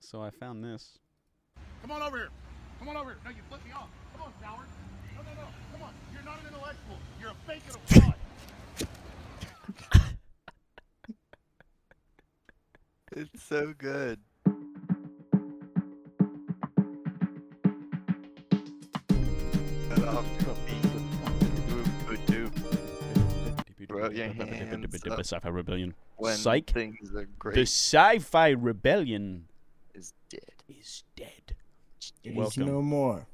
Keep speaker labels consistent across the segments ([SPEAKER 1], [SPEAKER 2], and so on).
[SPEAKER 1] So I found this.
[SPEAKER 2] Come on over here. Come on over here. No, you flipped me off. Come on, coward. No, no, no. Come on. You're not an intellectual. You're a fake and a fraud.
[SPEAKER 3] It's so good. Cut off your feet. Doop, doop, doop. Throw your hands
[SPEAKER 1] The
[SPEAKER 3] up.
[SPEAKER 1] Sci-Fi Rebellion.
[SPEAKER 3] When
[SPEAKER 1] Psych.
[SPEAKER 3] things are great,
[SPEAKER 1] The Sci-Fi Rebellion
[SPEAKER 3] is dead.
[SPEAKER 1] is dead.
[SPEAKER 4] It is
[SPEAKER 1] Welcome.
[SPEAKER 4] no more.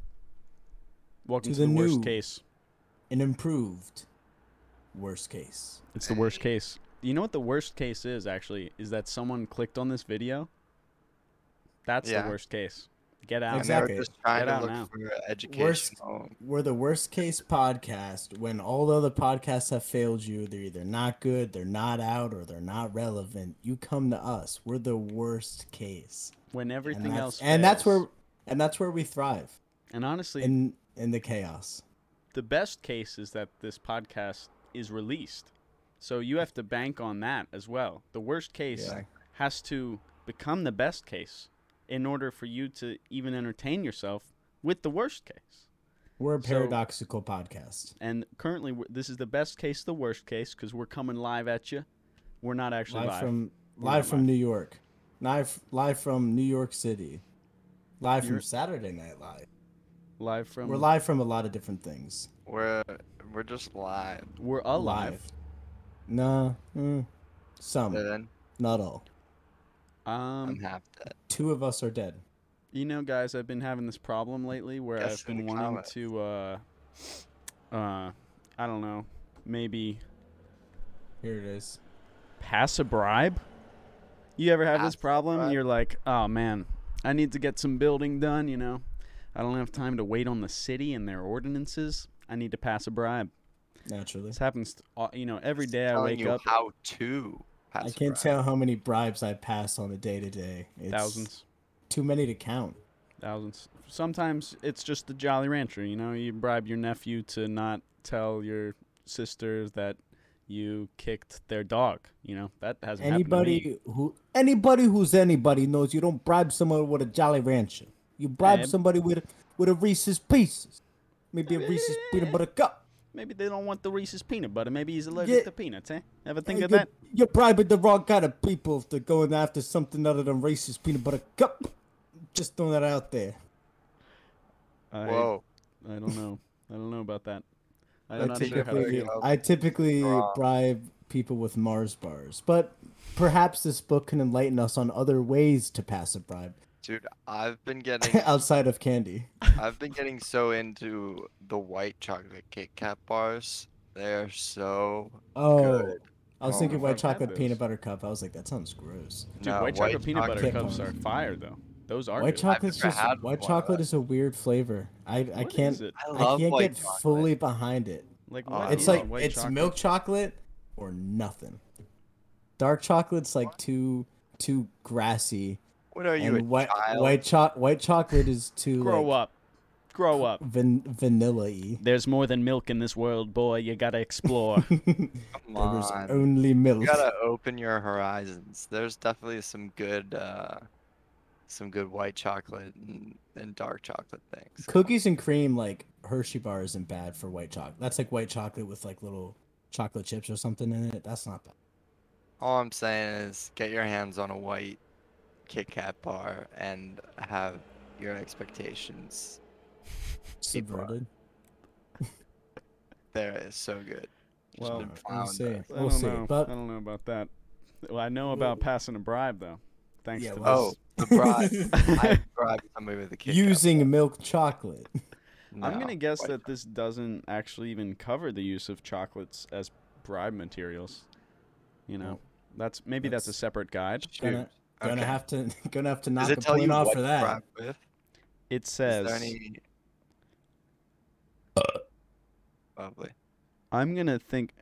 [SPEAKER 1] Welcome
[SPEAKER 4] to
[SPEAKER 1] to, the,
[SPEAKER 4] the
[SPEAKER 1] worst
[SPEAKER 4] new-
[SPEAKER 1] case.
[SPEAKER 4] An improved worst case.
[SPEAKER 1] It's the worst case. You know what the worst case is actually is that someone clicked on this video. That's
[SPEAKER 3] Yeah.
[SPEAKER 1] the worst case. Get out.
[SPEAKER 3] And they were
[SPEAKER 4] Exactly.
[SPEAKER 3] just trying
[SPEAKER 1] Get
[SPEAKER 3] to
[SPEAKER 1] out
[SPEAKER 3] look
[SPEAKER 1] now.
[SPEAKER 3] for educational.
[SPEAKER 4] We're the worst case podcast when all the other podcasts have failed you. They're either not good, they're not out, or they're not relevant. You come to us. We're the worst case.
[SPEAKER 1] When everything
[SPEAKER 4] and that's,
[SPEAKER 1] else
[SPEAKER 4] And that's
[SPEAKER 1] fails.
[SPEAKER 4] where and that's where we thrive.
[SPEAKER 1] And honestly,
[SPEAKER 4] In in the chaos.
[SPEAKER 1] the best case is that this podcast is released. So you have to bank on that as well. The worst case
[SPEAKER 4] Yeah.
[SPEAKER 1] has to become the best case in order for you to even entertain yourself with the worst case.
[SPEAKER 4] We're a
[SPEAKER 1] So-
[SPEAKER 4] paradoxical podcast.
[SPEAKER 1] And currently, we're- this is the best case, the worst case, because we're coming live at you. We're not actually
[SPEAKER 4] Live,
[SPEAKER 1] live.
[SPEAKER 4] from
[SPEAKER 1] We're
[SPEAKER 4] live
[SPEAKER 1] not
[SPEAKER 4] from
[SPEAKER 1] live.
[SPEAKER 4] New York. Live live from New York City. Live
[SPEAKER 1] You're-
[SPEAKER 4] from Saturday Night Live.
[SPEAKER 1] Live from.
[SPEAKER 4] We're live from a lot of different things.
[SPEAKER 3] We're we're just live.
[SPEAKER 1] We're alive.
[SPEAKER 4] Nah. mm, some.
[SPEAKER 3] Then
[SPEAKER 4] Not all.
[SPEAKER 3] I'm
[SPEAKER 1] Um,
[SPEAKER 3] half dead.
[SPEAKER 4] Two of us are dead.
[SPEAKER 1] you know, guys, I've been having this problem lately where
[SPEAKER 3] Guess
[SPEAKER 1] I've
[SPEAKER 3] in
[SPEAKER 1] been
[SPEAKER 3] the
[SPEAKER 1] wanting
[SPEAKER 3] comments.
[SPEAKER 1] to, uh, uh, I don't know, maybe
[SPEAKER 4] Here it is.
[SPEAKER 1] pass a bribe? You ever have
[SPEAKER 3] Pass
[SPEAKER 1] this problem?
[SPEAKER 3] bribe?
[SPEAKER 1] You're like, oh man, I need to get some building done, you know? I don't have time to wait on the city and their ordinances. I need to pass a bribe.
[SPEAKER 4] Naturally.
[SPEAKER 1] This happens, t- uh, you know, every
[SPEAKER 3] Just
[SPEAKER 1] day I
[SPEAKER 3] telling
[SPEAKER 1] wake
[SPEAKER 3] you
[SPEAKER 1] up,
[SPEAKER 3] How to? pass
[SPEAKER 4] I
[SPEAKER 3] a
[SPEAKER 4] can't
[SPEAKER 3] bribe.
[SPEAKER 4] tell how many bribes I pass on a day to day. It's
[SPEAKER 1] thousands,
[SPEAKER 4] Too many to count.
[SPEAKER 1] thousands. Sometimes it's just the Jolly Rancher, you know? You bribe your nephew to not tell your sister that you kicked their dog, you know? That hasn't happened to me.
[SPEAKER 4] Anybody who anybody who's anybody knows you don't bribe someone with a Jolly Rancher. You bribe
[SPEAKER 1] Ab-
[SPEAKER 4] somebody with with a Reese's Pieces, maybe a Reese's peanut butter cup.
[SPEAKER 1] Maybe they don't want the Reese's peanut butter. Maybe he's allergic
[SPEAKER 4] Yeah.
[SPEAKER 1] to peanuts, eh? Ever think
[SPEAKER 4] Hey,
[SPEAKER 1] of
[SPEAKER 4] you're,
[SPEAKER 1] that?
[SPEAKER 4] You're bribing the wrong kind of people if they're going after something other than Reese's peanut butter cup. Just throwing that out there.
[SPEAKER 1] I-
[SPEAKER 3] Whoa.
[SPEAKER 1] I don't know. I don't know about that.
[SPEAKER 4] I
[SPEAKER 1] I'm not sure how to
[SPEAKER 4] typically,
[SPEAKER 1] feel.
[SPEAKER 3] feel.
[SPEAKER 4] I typically
[SPEAKER 3] Wrong.
[SPEAKER 4] bribe people with Mars bars, but perhaps this book can enlighten us on other ways to pass a bribe
[SPEAKER 3] Dude, I've been getting
[SPEAKER 4] outside of candy.
[SPEAKER 3] I've been getting so into the white chocolate Kit Kat bars. They're so
[SPEAKER 4] Oh,
[SPEAKER 3] Good.
[SPEAKER 4] I was
[SPEAKER 3] Oh,
[SPEAKER 4] thinking
[SPEAKER 1] I've
[SPEAKER 4] white
[SPEAKER 1] had
[SPEAKER 4] chocolate
[SPEAKER 1] those.
[SPEAKER 4] peanut butter cup. I was like, that sounds gross.
[SPEAKER 1] Dude,
[SPEAKER 3] no,
[SPEAKER 1] white chocolate peanut butter
[SPEAKER 4] chocolate-
[SPEAKER 1] cups are fire, though. Those are
[SPEAKER 4] white
[SPEAKER 1] good.
[SPEAKER 4] chocolate's
[SPEAKER 3] never
[SPEAKER 4] just
[SPEAKER 3] had one
[SPEAKER 4] white
[SPEAKER 3] of
[SPEAKER 4] chocolate
[SPEAKER 3] those.
[SPEAKER 4] is a weird flavor. I I
[SPEAKER 1] What
[SPEAKER 4] can't
[SPEAKER 1] is it?
[SPEAKER 3] I
[SPEAKER 4] I
[SPEAKER 3] love
[SPEAKER 4] can't
[SPEAKER 3] white
[SPEAKER 4] get
[SPEAKER 3] chocolate.
[SPEAKER 4] fully behind it.
[SPEAKER 1] Like
[SPEAKER 3] Oh,
[SPEAKER 1] what
[SPEAKER 3] I
[SPEAKER 4] it's
[SPEAKER 1] is
[SPEAKER 3] love
[SPEAKER 4] like
[SPEAKER 1] white
[SPEAKER 4] it's
[SPEAKER 1] chocolate?
[SPEAKER 4] milk chocolate or nothing. Dark chocolate's like too too grassy,
[SPEAKER 3] What are you, a
[SPEAKER 4] and white
[SPEAKER 3] child?
[SPEAKER 4] white cho- white chocolate is too
[SPEAKER 1] Grow
[SPEAKER 4] like,
[SPEAKER 1] up, grow up.
[SPEAKER 4] van- vanilla-y.
[SPEAKER 1] There's more than milk in this world, boy. You gotta explore.
[SPEAKER 3] Come
[SPEAKER 4] There was
[SPEAKER 3] on.
[SPEAKER 4] only milk.
[SPEAKER 3] You gotta open your horizons. There's definitely some good, uh, some good white chocolate and, and dark chocolate things.
[SPEAKER 4] Cookies and cream, like Hershey bar, isn't bad for white chocolate. That's like white chocolate with like little chocolate chips or something in it. That's not bad.
[SPEAKER 3] All I'm saying is get your hands on a white Kit Kat bar and have your expectations. Keep on.
[SPEAKER 4] Subverted.
[SPEAKER 3] There is so good. It's
[SPEAKER 1] Well,
[SPEAKER 3] been
[SPEAKER 4] We'll
[SPEAKER 3] found,
[SPEAKER 4] see.
[SPEAKER 3] uh,
[SPEAKER 1] I
[SPEAKER 4] We'll
[SPEAKER 1] don't
[SPEAKER 4] see.
[SPEAKER 1] know.
[SPEAKER 4] But
[SPEAKER 1] I don't know about that. Well, I know about passing a bribe, though. Thanks
[SPEAKER 4] Yeah,
[SPEAKER 1] to
[SPEAKER 4] well-
[SPEAKER 3] Oh,
[SPEAKER 1] this.
[SPEAKER 3] the bribe. I bribed somebody with a Kit Kat
[SPEAKER 4] using milk chocolate.
[SPEAKER 3] bar.
[SPEAKER 1] I'm
[SPEAKER 3] No,
[SPEAKER 1] gonna guess
[SPEAKER 3] white
[SPEAKER 1] that this doesn't actually even cover the use of chocolates as bribe materials. You know,
[SPEAKER 4] Well,
[SPEAKER 1] that's maybe that's a
[SPEAKER 4] that's-
[SPEAKER 1] separate guide.
[SPEAKER 3] chocolate.
[SPEAKER 4] Gonna
[SPEAKER 3] Shoot.
[SPEAKER 4] gonna
[SPEAKER 3] Okay.
[SPEAKER 4] have to gonna have to knock
[SPEAKER 3] Does it
[SPEAKER 4] the
[SPEAKER 3] tell you
[SPEAKER 4] point off
[SPEAKER 3] what
[SPEAKER 4] for
[SPEAKER 3] to
[SPEAKER 4] that.
[SPEAKER 3] bribe with?
[SPEAKER 1] It
[SPEAKER 3] Is
[SPEAKER 1] says.
[SPEAKER 3] there any? Uh, Probably.
[SPEAKER 1] I'm gonna think.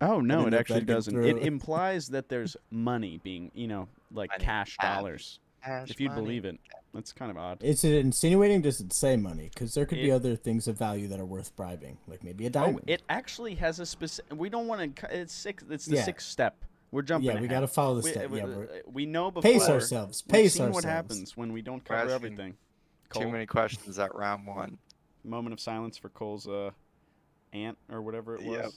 [SPEAKER 1] Oh no,
[SPEAKER 4] didn't
[SPEAKER 1] it
[SPEAKER 4] know if
[SPEAKER 1] actually
[SPEAKER 4] that came
[SPEAKER 1] doesn't.
[SPEAKER 4] through.
[SPEAKER 1] It implies that there's money being, you know, like
[SPEAKER 3] Money. Ah,
[SPEAKER 1] cash
[SPEAKER 3] Cash.
[SPEAKER 1] dollars. If you'd believe it, that's kind of odd.
[SPEAKER 4] Is it insinuating? Does it say money? Because there could
[SPEAKER 1] It-
[SPEAKER 4] be other things of value that are worth bribing, like maybe a
[SPEAKER 1] Oh,
[SPEAKER 4] diamond.
[SPEAKER 1] it actually has a specific. We don't want to. It's six. It's the
[SPEAKER 4] Yeah.
[SPEAKER 1] sixth step. We're jumping.
[SPEAKER 4] yeah, we
[SPEAKER 1] ahead.
[SPEAKER 4] got to follow the
[SPEAKER 1] We, uh,
[SPEAKER 4] step.
[SPEAKER 1] we,
[SPEAKER 4] yeah, we're,
[SPEAKER 1] we know before.
[SPEAKER 4] pace ourselves.
[SPEAKER 1] We've
[SPEAKER 4] Pace
[SPEAKER 1] seen
[SPEAKER 4] ourselves.
[SPEAKER 1] what happens when we don't cover
[SPEAKER 3] Question.
[SPEAKER 1] everything. Cole,
[SPEAKER 3] Too many questions at round one.
[SPEAKER 1] moment of silence for Cole's uh, aunt or whatever it was.
[SPEAKER 3] Yep.
[SPEAKER 1] Um,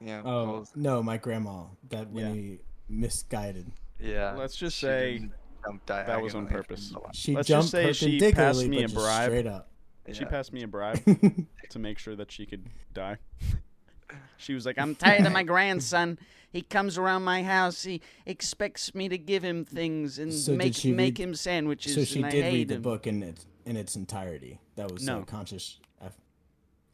[SPEAKER 3] Yeah.
[SPEAKER 4] Oh
[SPEAKER 3] Cole's-
[SPEAKER 4] no, my grandma. That when
[SPEAKER 1] Yeah.
[SPEAKER 4] he misguided,
[SPEAKER 3] yeah.
[SPEAKER 1] Let's just
[SPEAKER 3] she
[SPEAKER 1] say
[SPEAKER 3] didn't jump
[SPEAKER 1] that was on
[SPEAKER 3] diagonally from
[SPEAKER 1] purpose.
[SPEAKER 3] the line.
[SPEAKER 4] she
[SPEAKER 1] Let's just
[SPEAKER 4] jumped
[SPEAKER 1] say she
[SPEAKER 4] perpendicularly,
[SPEAKER 1] passed me
[SPEAKER 4] but
[SPEAKER 1] a
[SPEAKER 4] just
[SPEAKER 1] bribe.
[SPEAKER 4] straight up.
[SPEAKER 1] She
[SPEAKER 3] Yeah.
[SPEAKER 1] passed me a bribe to make sure that she could die. She was like, "I'm tired of my grandson. He comes around my house. He expects me to give him things and
[SPEAKER 4] So did
[SPEAKER 1] make
[SPEAKER 4] she
[SPEAKER 1] make
[SPEAKER 4] read-
[SPEAKER 1] him sandwiches,
[SPEAKER 4] so she
[SPEAKER 1] and I
[SPEAKER 4] did
[SPEAKER 1] hate
[SPEAKER 4] read the
[SPEAKER 1] him."
[SPEAKER 4] book in it in its entirety. That was
[SPEAKER 1] No.
[SPEAKER 4] a conscious. eff-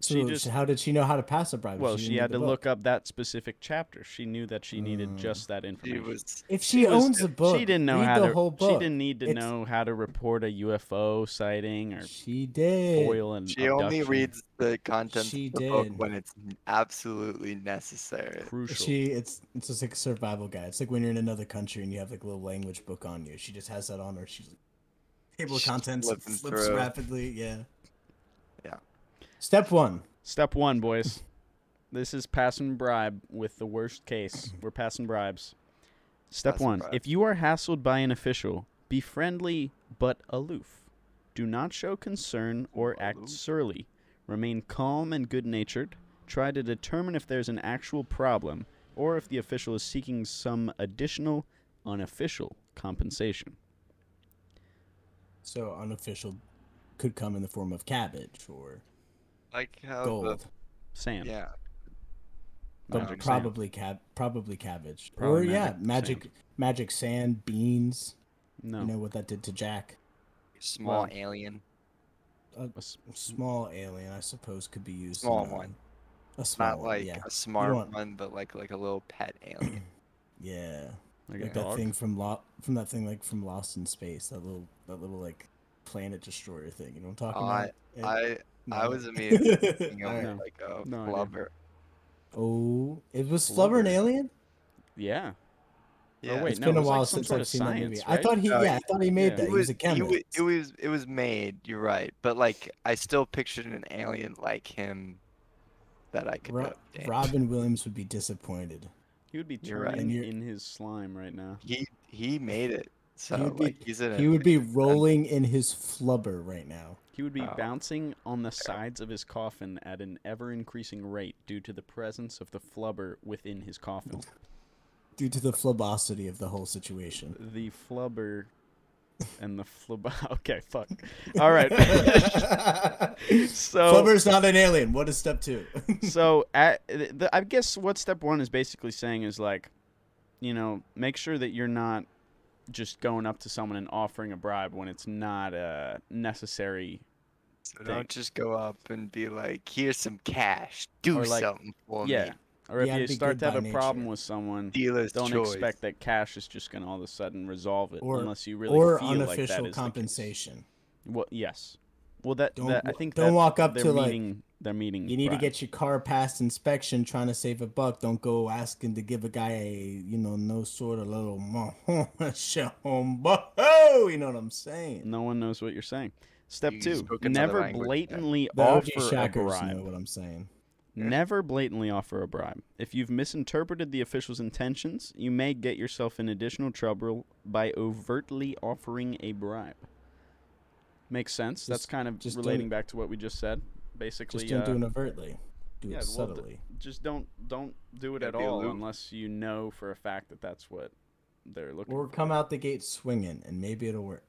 [SPEAKER 4] So
[SPEAKER 1] She
[SPEAKER 4] she
[SPEAKER 1] just-
[SPEAKER 4] how did she know how to pass a bribe? if
[SPEAKER 1] Well,
[SPEAKER 4] didn't
[SPEAKER 1] she
[SPEAKER 4] read
[SPEAKER 1] had
[SPEAKER 4] the
[SPEAKER 1] to
[SPEAKER 4] book?
[SPEAKER 1] look up that specific chapter. She knew that she needed just that
[SPEAKER 3] Mm. She
[SPEAKER 1] information.
[SPEAKER 3] was.
[SPEAKER 4] If she
[SPEAKER 3] was-
[SPEAKER 4] owns the book,
[SPEAKER 1] she didn't know
[SPEAKER 4] read
[SPEAKER 1] how
[SPEAKER 4] the
[SPEAKER 1] to.
[SPEAKER 4] whole book.
[SPEAKER 1] She didn't need to
[SPEAKER 4] It's-
[SPEAKER 1] know how to report a UFO sighting or
[SPEAKER 4] She did.
[SPEAKER 1] foil and
[SPEAKER 3] She only
[SPEAKER 1] abduction.
[SPEAKER 3] reads the content
[SPEAKER 4] She
[SPEAKER 3] of the book
[SPEAKER 4] did.
[SPEAKER 3] when it's absolutely necessary.
[SPEAKER 1] crucial.
[SPEAKER 4] She it's it's just like a survival guide. It's like when you're in another country and you have like a little language book on you. She just has that on her. She's like, table of
[SPEAKER 3] She's
[SPEAKER 4] contents
[SPEAKER 3] flipping
[SPEAKER 4] flips
[SPEAKER 3] through.
[SPEAKER 4] rapidly. Yeah.
[SPEAKER 3] Yeah.
[SPEAKER 4] Step one.
[SPEAKER 1] Step one, boys. This is passing bribe with the worst case. We're passing bribes. Step
[SPEAKER 3] Passing
[SPEAKER 1] one.
[SPEAKER 3] bribes.
[SPEAKER 1] If you are hassled by an official, be friendly but aloof. Do not show concern or act
[SPEAKER 3] Aloof.
[SPEAKER 1] surly. Remain calm and good natured. Try to determine if there's an actual problem or if the official is seeking some additional unofficial compensation.
[SPEAKER 4] So unofficial could come in the form of cabbage or
[SPEAKER 3] Like how
[SPEAKER 4] gold,
[SPEAKER 1] Sam.
[SPEAKER 3] the yeah.
[SPEAKER 4] but
[SPEAKER 1] Magic sand.
[SPEAKER 4] probably cab probably cabbage
[SPEAKER 1] Probably
[SPEAKER 4] or yeah
[SPEAKER 1] magic
[SPEAKER 4] magic
[SPEAKER 1] sand.
[SPEAKER 4] magic sand beans.
[SPEAKER 1] No.
[SPEAKER 4] You know what that did to Jack.
[SPEAKER 3] Small
[SPEAKER 1] Well,
[SPEAKER 3] alien.
[SPEAKER 1] A s-
[SPEAKER 4] Small alien, I suppose, could be used. in
[SPEAKER 3] Small
[SPEAKER 4] a-
[SPEAKER 3] one.
[SPEAKER 4] A small
[SPEAKER 3] Not
[SPEAKER 4] one,
[SPEAKER 3] like
[SPEAKER 4] yeah.
[SPEAKER 3] a smart
[SPEAKER 4] want-
[SPEAKER 3] one, but like like a little pet alien.
[SPEAKER 4] Yeah.
[SPEAKER 1] like a
[SPEAKER 4] like that
[SPEAKER 1] dog?
[SPEAKER 4] thing from Lo- from that thing like from Lost in Space, that little that little like planet destroyer thing. You know what I'm talking
[SPEAKER 3] I-
[SPEAKER 4] about? Yeah.
[SPEAKER 3] I I
[SPEAKER 4] No.
[SPEAKER 3] was immediately thinking of
[SPEAKER 4] Alright.
[SPEAKER 1] No.
[SPEAKER 3] like a
[SPEAKER 1] No idea.
[SPEAKER 3] blubber.
[SPEAKER 4] Oh, it was Flubber an
[SPEAKER 1] Flubber.
[SPEAKER 4] alien?
[SPEAKER 1] Yeah.
[SPEAKER 3] Yeah.
[SPEAKER 1] wait,
[SPEAKER 4] It's
[SPEAKER 1] no,
[SPEAKER 4] been
[SPEAKER 1] it
[SPEAKER 4] a
[SPEAKER 1] was, like,
[SPEAKER 4] while
[SPEAKER 1] some
[SPEAKER 4] since
[SPEAKER 1] sort
[SPEAKER 4] I've
[SPEAKER 1] of
[SPEAKER 4] seen that movie.
[SPEAKER 1] science,
[SPEAKER 4] I
[SPEAKER 1] right?
[SPEAKER 4] thought he,
[SPEAKER 3] No,
[SPEAKER 4] yeah, I thought he made
[SPEAKER 1] yeah.
[SPEAKER 4] that.
[SPEAKER 3] It
[SPEAKER 4] He was
[SPEAKER 3] was,
[SPEAKER 4] a
[SPEAKER 3] it, was,
[SPEAKER 4] chemist.
[SPEAKER 3] it was it was made. You're right, but like I still pictured an alien like him that I could.
[SPEAKER 4] Ro-
[SPEAKER 3] update.
[SPEAKER 4] Robin Williams would be disappointed.
[SPEAKER 1] He would be
[SPEAKER 3] You're right.
[SPEAKER 1] turning
[SPEAKER 4] And you're-
[SPEAKER 1] in his slime right now.
[SPEAKER 3] He he made it, so
[SPEAKER 4] would be-
[SPEAKER 3] like he's in
[SPEAKER 4] He
[SPEAKER 3] it.
[SPEAKER 4] would be rolling in his flubber right now.
[SPEAKER 1] He would be
[SPEAKER 3] Wow.
[SPEAKER 1] bouncing on the sides of his coffin at an ever increasing rate due to the presence of the flubber within his coffin.
[SPEAKER 4] Due to the flubosity of the whole situation.
[SPEAKER 1] The flubber and the flub. Okay, fuck. All right. so
[SPEAKER 4] Flubber's not an alien. What is step two?
[SPEAKER 1] so at, the, I guess what step one is basically saying is like, you know, make sure that you're not just going up to someone and offering a bribe when it's not uh, necessary
[SPEAKER 3] So
[SPEAKER 1] thing.
[SPEAKER 3] don't just go up and be like, "Here's some cash. Do
[SPEAKER 1] Or, like,
[SPEAKER 3] something for me."
[SPEAKER 1] Yeah. Or
[SPEAKER 4] You
[SPEAKER 1] if
[SPEAKER 4] gotta
[SPEAKER 1] you
[SPEAKER 4] be
[SPEAKER 1] start
[SPEAKER 4] good
[SPEAKER 1] to have
[SPEAKER 4] by
[SPEAKER 1] a problem
[SPEAKER 4] nature.
[SPEAKER 1] with someone,
[SPEAKER 3] Dealer's
[SPEAKER 1] don't
[SPEAKER 3] choice.
[SPEAKER 1] expect that cash is just going to all of a sudden resolve it
[SPEAKER 4] Or-
[SPEAKER 1] unless you really
[SPEAKER 4] or
[SPEAKER 1] feel like that
[SPEAKER 4] unofficial
[SPEAKER 1] is
[SPEAKER 4] compensation.
[SPEAKER 1] Well, yes. Well, that,
[SPEAKER 4] Don't
[SPEAKER 1] that I
[SPEAKER 4] wa-
[SPEAKER 1] think
[SPEAKER 4] don't
[SPEAKER 1] that's-
[SPEAKER 4] walk up
[SPEAKER 1] they're
[SPEAKER 4] to, like,
[SPEAKER 1] meeting, they're meeting.
[SPEAKER 4] You need
[SPEAKER 1] Brian.
[SPEAKER 4] to get your car past inspection trying to save a buck. Don't go asking to give a guy a, you know, no sort of little, mo- show him bu- oh, you know what I'm saying?
[SPEAKER 1] No one knows what you're saying. Step
[SPEAKER 3] You
[SPEAKER 1] two:
[SPEAKER 3] spoke another
[SPEAKER 1] never
[SPEAKER 3] language there.
[SPEAKER 1] blatantly
[SPEAKER 4] The
[SPEAKER 1] offer
[SPEAKER 4] OG
[SPEAKER 1] a
[SPEAKER 4] Shockers
[SPEAKER 1] bribe.
[SPEAKER 4] know what I'm saying.
[SPEAKER 1] Never blatantly offer a bribe. If you've misinterpreted the official's intentions, you may get yourself in additional trouble by overtly offering a bribe. Makes sense. That's
[SPEAKER 4] Just-
[SPEAKER 1] kind of
[SPEAKER 4] just
[SPEAKER 1] relating
[SPEAKER 4] don't-
[SPEAKER 1] back to what we just said. Basically,
[SPEAKER 4] Just don't
[SPEAKER 1] uh,
[SPEAKER 4] do it overtly. Do
[SPEAKER 1] yeah,
[SPEAKER 4] it
[SPEAKER 1] well, d-
[SPEAKER 4] subtly.
[SPEAKER 1] just don't don't do it
[SPEAKER 3] Gotta
[SPEAKER 1] at
[SPEAKER 3] be
[SPEAKER 1] all
[SPEAKER 3] aloof.
[SPEAKER 1] unless you know for a fact that that's what they're looking
[SPEAKER 4] or
[SPEAKER 1] for.
[SPEAKER 4] come out the gate swinging and maybe it'll work.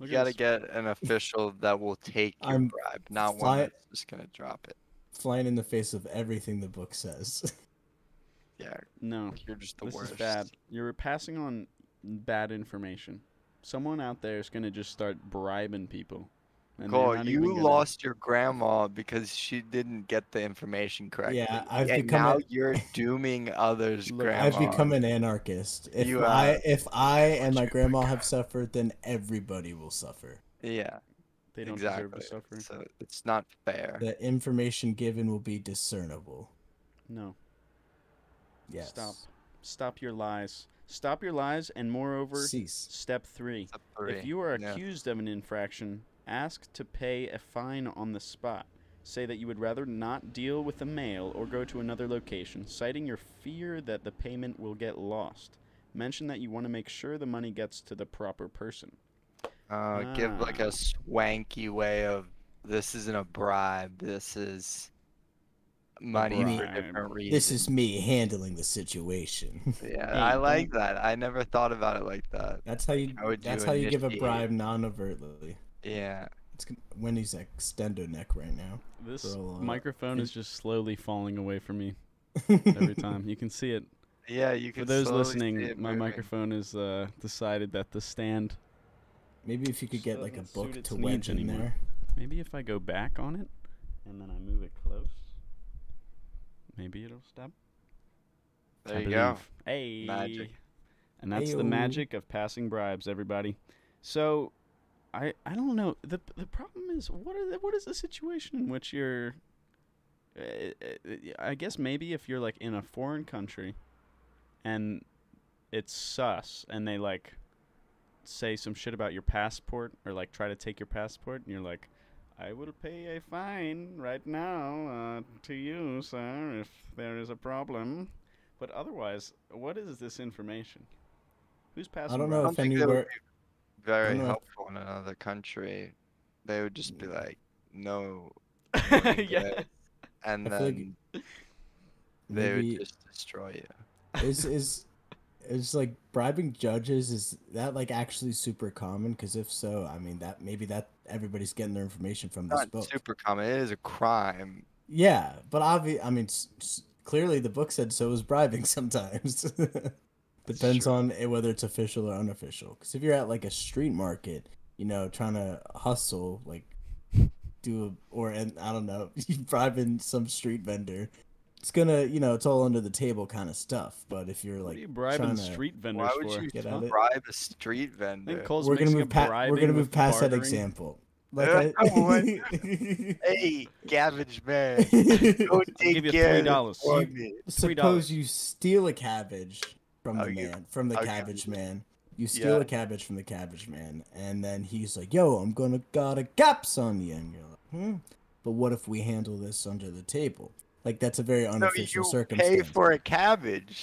[SPEAKER 1] Look
[SPEAKER 3] You
[SPEAKER 1] at
[SPEAKER 3] gotta
[SPEAKER 1] this.
[SPEAKER 3] get an official that will take your
[SPEAKER 4] I'm
[SPEAKER 3] bribe, not one
[SPEAKER 4] fly-
[SPEAKER 3] that's just gonna drop it.
[SPEAKER 4] Flying in the face of everything the book says.
[SPEAKER 3] Yeah,
[SPEAKER 1] no.
[SPEAKER 3] you're just the
[SPEAKER 1] this
[SPEAKER 3] worst.
[SPEAKER 1] is bad. You're passing on bad information. Someone out there is gonna just start bribing people. And they're
[SPEAKER 3] Cole,
[SPEAKER 1] not
[SPEAKER 3] you
[SPEAKER 1] even gonna-
[SPEAKER 3] lost your grandma because she didn't get the information correctly.
[SPEAKER 4] yeah, I've
[SPEAKER 3] and
[SPEAKER 4] become
[SPEAKER 3] now
[SPEAKER 4] a-
[SPEAKER 3] you're dooming others'
[SPEAKER 1] Look,
[SPEAKER 3] grandma.
[SPEAKER 4] I've become an anarchist. If
[SPEAKER 3] You, uh,
[SPEAKER 4] I if I and
[SPEAKER 3] you
[SPEAKER 4] my
[SPEAKER 3] to
[SPEAKER 4] grandma
[SPEAKER 3] become-
[SPEAKER 4] have suffered, then everybody will suffer.
[SPEAKER 3] yeah,
[SPEAKER 1] They don't
[SPEAKER 3] exactly.
[SPEAKER 1] deserve to suffer.
[SPEAKER 3] So it's not fair.
[SPEAKER 4] The information given will be discernible.
[SPEAKER 1] No.
[SPEAKER 4] Yes.
[SPEAKER 1] Stop. Stop your lies. Stop your lies and moreover
[SPEAKER 4] Cease.
[SPEAKER 1] step 3.
[SPEAKER 3] It's a three.
[SPEAKER 1] If you are
[SPEAKER 3] Yeah.
[SPEAKER 1] accused of an infraction, ask to pay a fine on the spot. say that you would rather not deal with the mail or go to another location, citing your fear that the payment will get lost. Mention that you want to make sure the money gets to the proper person.
[SPEAKER 3] Uh, Give like
[SPEAKER 1] Ah.
[SPEAKER 3] a swanky way of this isn't a bribe. This is money for
[SPEAKER 1] Bribe.
[SPEAKER 3] different reasons.
[SPEAKER 4] This is me handling the situation.
[SPEAKER 3] yeah.
[SPEAKER 1] Hey,
[SPEAKER 3] I
[SPEAKER 1] don't-
[SPEAKER 3] like that. I never thought about it like that.
[SPEAKER 4] That's how you.
[SPEAKER 3] I would
[SPEAKER 4] That's
[SPEAKER 3] do
[SPEAKER 4] how you give a
[SPEAKER 3] initiate.
[SPEAKER 4] bribe non-overtly.
[SPEAKER 3] Yeah.
[SPEAKER 4] It's con- Wendy's extendo neck right now.
[SPEAKER 1] This
[SPEAKER 4] Bro, uh,
[SPEAKER 1] microphone is just slowly falling away from me every time. you can see it.
[SPEAKER 3] Yeah. You
[SPEAKER 1] For
[SPEAKER 3] can.
[SPEAKER 1] those
[SPEAKER 3] slowly see
[SPEAKER 1] listening,
[SPEAKER 3] it
[SPEAKER 1] my
[SPEAKER 3] moving.
[SPEAKER 1] microphone is uh, decided that the stand.
[SPEAKER 4] Maybe if you could get
[SPEAKER 1] Just
[SPEAKER 4] like a
[SPEAKER 1] doesn't suit
[SPEAKER 4] book
[SPEAKER 1] its
[SPEAKER 4] to
[SPEAKER 1] needs
[SPEAKER 4] wedge in
[SPEAKER 1] anymore.
[SPEAKER 4] there.
[SPEAKER 1] Maybe if I go back on it and then I move it close, maybe it'll stop.
[SPEAKER 3] There
[SPEAKER 1] I
[SPEAKER 3] you go.
[SPEAKER 1] believe. Hey.
[SPEAKER 3] Magic.
[SPEAKER 1] And that's the
[SPEAKER 4] Ayo.
[SPEAKER 1] magic of passing bribes, everybody. So, I I don't know. the The problem is, what are the, what is the situation in which you're? uh, uh, I guess maybe if you're like in a foreign country, and it's sus, and they like say some shit about your passport or like try to take your passport, and you're like, I will pay a fine right now uh, to you, sir, if there is a problem. But otherwise, what is this information? Who's passing?
[SPEAKER 4] I don't
[SPEAKER 3] I
[SPEAKER 4] know
[SPEAKER 1] around-
[SPEAKER 4] if
[SPEAKER 3] don't think that would
[SPEAKER 4] anywhere.
[SPEAKER 3] Very
[SPEAKER 4] know if-
[SPEAKER 3] helpful in another country. They would just be like, no.
[SPEAKER 1] yeah.
[SPEAKER 3] this," And
[SPEAKER 4] I feel like
[SPEAKER 3] then they would
[SPEAKER 4] Maybe
[SPEAKER 3] just destroy you.
[SPEAKER 4] is is is like bribing judges is that like actually super common? Because if so, I mean that maybe that everybody's getting their information from this
[SPEAKER 3] Not
[SPEAKER 4] book.
[SPEAKER 3] super common. It is a crime.
[SPEAKER 4] Yeah, but obvi- I mean, s- s- clearly the book said so is bribing sometimes. Depends
[SPEAKER 3] true.
[SPEAKER 4] on it, whether it's official or unofficial. Because if you're at like a street market, you know, trying to hustle, like do a, or and I don't know, you bribing some street vendor, it's gonna, you know, it's all under the table kind of stuff. But if you're
[SPEAKER 1] What are
[SPEAKER 4] like
[SPEAKER 1] you bribing
[SPEAKER 4] trying to-
[SPEAKER 1] street vendors
[SPEAKER 3] Why would
[SPEAKER 1] for?
[SPEAKER 3] you
[SPEAKER 4] Get at it.
[SPEAKER 3] bribe a street
[SPEAKER 1] I
[SPEAKER 3] vendor?
[SPEAKER 1] think Cole's
[SPEAKER 4] we're gonna
[SPEAKER 1] mixing
[SPEAKER 4] move
[SPEAKER 1] up
[SPEAKER 4] past we're gonna
[SPEAKER 1] bribing
[SPEAKER 4] move
[SPEAKER 1] with
[SPEAKER 4] past that
[SPEAKER 1] bartering.
[SPEAKER 4] example. Like I,
[SPEAKER 3] What? Hey, Gavage man, go
[SPEAKER 1] I'll
[SPEAKER 3] take
[SPEAKER 1] give you
[SPEAKER 3] care
[SPEAKER 1] three
[SPEAKER 3] of this
[SPEAKER 1] dollars.
[SPEAKER 3] for me.
[SPEAKER 1] dollars.
[SPEAKER 4] Suppose you steal a cabbage from
[SPEAKER 3] Oh,
[SPEAKER 4] the
[SPEAKER 3] you-
[SPEAKER 4] man, from the
[SPEAKER 3] okay.
[SPEAKER 4] cabbage man. You steal
[SPEAKER 3] Yeah.
[SPEAKER 4] a cabbage from the cabbage man, and then he's like, "Yo, I'm gonna got a caps on you," and you're like, "Hmm." But what if we handle this under the table? Like that's a very
[SPEAKER 3] No,
[SPEAKER 4] unofficial
[SPEAKER 3] you pay
[SPEAKER 4] circumstance.
[SPEAKER 3] for a cabbage.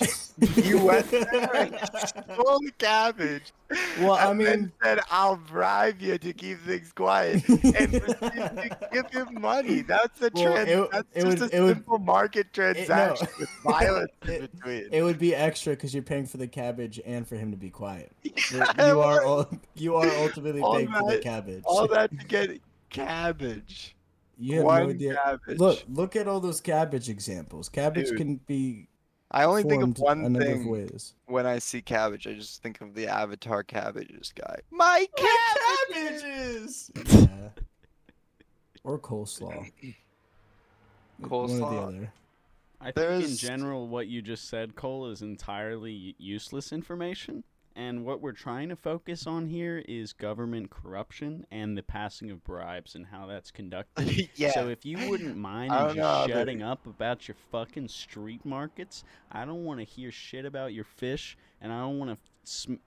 [SPEAKER 3] you went there and stole the cabbage.
[SPEAKER 4] Well, I
[SPEAKER 3] and then
[SPEAKER 4] mean-
[SPEAKER 3] said I'll bribe you to keep things quiet and refused to give him money. That's a
[SPEAKER 4] Well,
[SPEAKER 3] trans.
[SPEAKER 4] it-
[SPEAKER 3] that's
[SPEAKER 4] it
[SPEAKER 3] just
[SPEAKER 4] would-
[SPEAKER 3] a
[SPEAKER 4] it would-
[SPEAKER 3] simple market
[SPEAKER 4] no.
[SPEAKER 3] transaction with violence in
[SPEAKER 4] It-
[SPEAKER 3] between.
[SPEAKER 4] It would be extra because you're paying for the cabbage and for him to be quiet. You're-
[SPEAKER 3] Yeah,
[SPEAKER 4] you are
[SPEAKER 3] right.
[SPEAKER 4] ul- you are ultimately
[SPEAKER 3] All
[SPEAKER 4] paying for the
[SPEAKER 3] that-
[SPEAKER 4] cabbage.
[SPEAKER 3] All that to get cabbage.
[SPEAKER 4] you have
[SPEAKER 3] One
[SPEAKER 4] no idea.
[SPEAKER 3] cabbage.
[SPEAKER 4] Look, look at all those cabbage examples. Cabbage
[SPEAKER 3] Dude,
[SPEAKER 4] can be
[SPEAKER 3] I only think of
[SPEAKER 4] formed a
[SPEAKER 3] one
[SPEAKER 4] number of
[SPEAKER 3] thing
[SPEAKER 4] ways.
[SPEAKER 3] when I see cabbage. I just think of the Avatar cabbages guy. My cabbages.
[SPEAKER 4] yeah. Or coleslaw. One or the
[SPEAKER 3] Coleslaw.
[SPEAKER 4] other.
[SPEAKER 1] I think in
[SPEAKER 3] There's-
[SPEAKER 1] general, what you just said, Cole, is entirely useless information. And what we're trying to focus on here is government corruption and the passing of bribes and how that's conducted.
[SPEAKER 3] yeah.
[SPEAKER 1] So if you wouldn't mind
[SPEAKER 3] I
[SPEAKER 1] just
[SPEAKER 3] don't know, but-
[SPEAKER 1] shutting up about your fucking street markets, I don't want to hear shit about your fish, and I don't want to.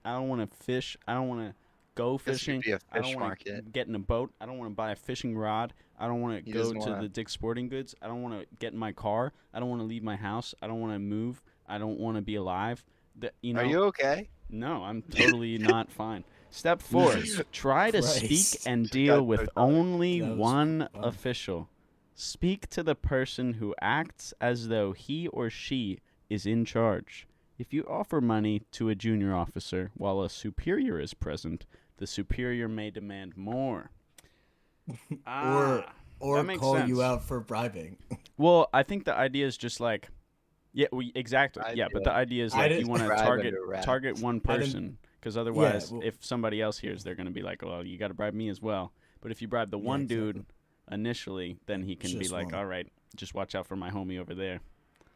[SPEAKER 1] I don't want to fish. I don't want to go
[SPEAKER 3] This would
[SPEAKER 1] fishing.
[SPEAKER 3] be a
[SPEAKER 1] I don't
[SPEAKER 3] fish
[SPEAKER 1] wanna
[SPEAKER 3] market.
[SPEAKER 1] get in a boat. I don't want to buy a fishing rod. I don't want to
[SPEAKER 3] He
[SPEAKER 1] go
[SPEAKER 3] doesn't
[SPEAKER 1] to
[SPEAKER 3] wanna-
[SPEAKER 1] the Dick's Sporting Goods. I don't want to get in my car. I don't want to leave my house. I don't want to move. I don't want to be alive. The, you know,
[SPEAKER 3] Are you okay?
[SPEAKER 1] no, I'm totally not fine. Step four:
[SPEAKER 4] Jesus
[SPEAKER 1] try to speak
[SPEAKER 4] Christ.
[SPEAKER 1] and deal with
[SPEAKER 3] so
[SPEAKER 1] only
[SPEAKER 4] That was
[SPEAKER 1] one
[SPEAKER 4] fun.
[SPEAKER 1] official. Speak to the person who acts as though he or she is in charge. If you offer money to a junior officer while a superior is present, the superior may demand more. Ah.
[SPEAKER 4] Or
[SPEAKER 1] That makes
[SPEAKER 4] call
[SPEAKER 1] sense.
[SPEAKER 4] you out for bribing.
[SPEAKER 1] Well, I think the idea is just like, yeah, we exactly, yeah. But the
[SPEAKER 3] Idea.
[SPEAKER 1] idea is
[SPEAKER 4] I
[SPEAKER 1] like
[SPEAKER 4] didn't-
[SPEAKER 1] you want to
[SPEAKER 3] Bribe
[SPEAKER 1] target
[SPEAKER 3] under wraps.
[SPEAKER 1] target one
[SPEAKER 4] I didn't-
[SPEAKER 1] person because otherwise,
[SPEAKER 4] well-
[SPEAKER 1] if somebody else hears, they're going to be like, well, you got to bribe me as well. But if you bribe the
[SPEAKER 4] Yeah,
[SPEAKER 1] one
[SPEAKER 4] exactly.
[SPEAKER 1] dude initially, then he can be
[SPEAKER 4] Just
[SPEAKER 1] like,
[SPEAKER 4] one.
[SPEAKER 1] all right, just watch out for my homie over there.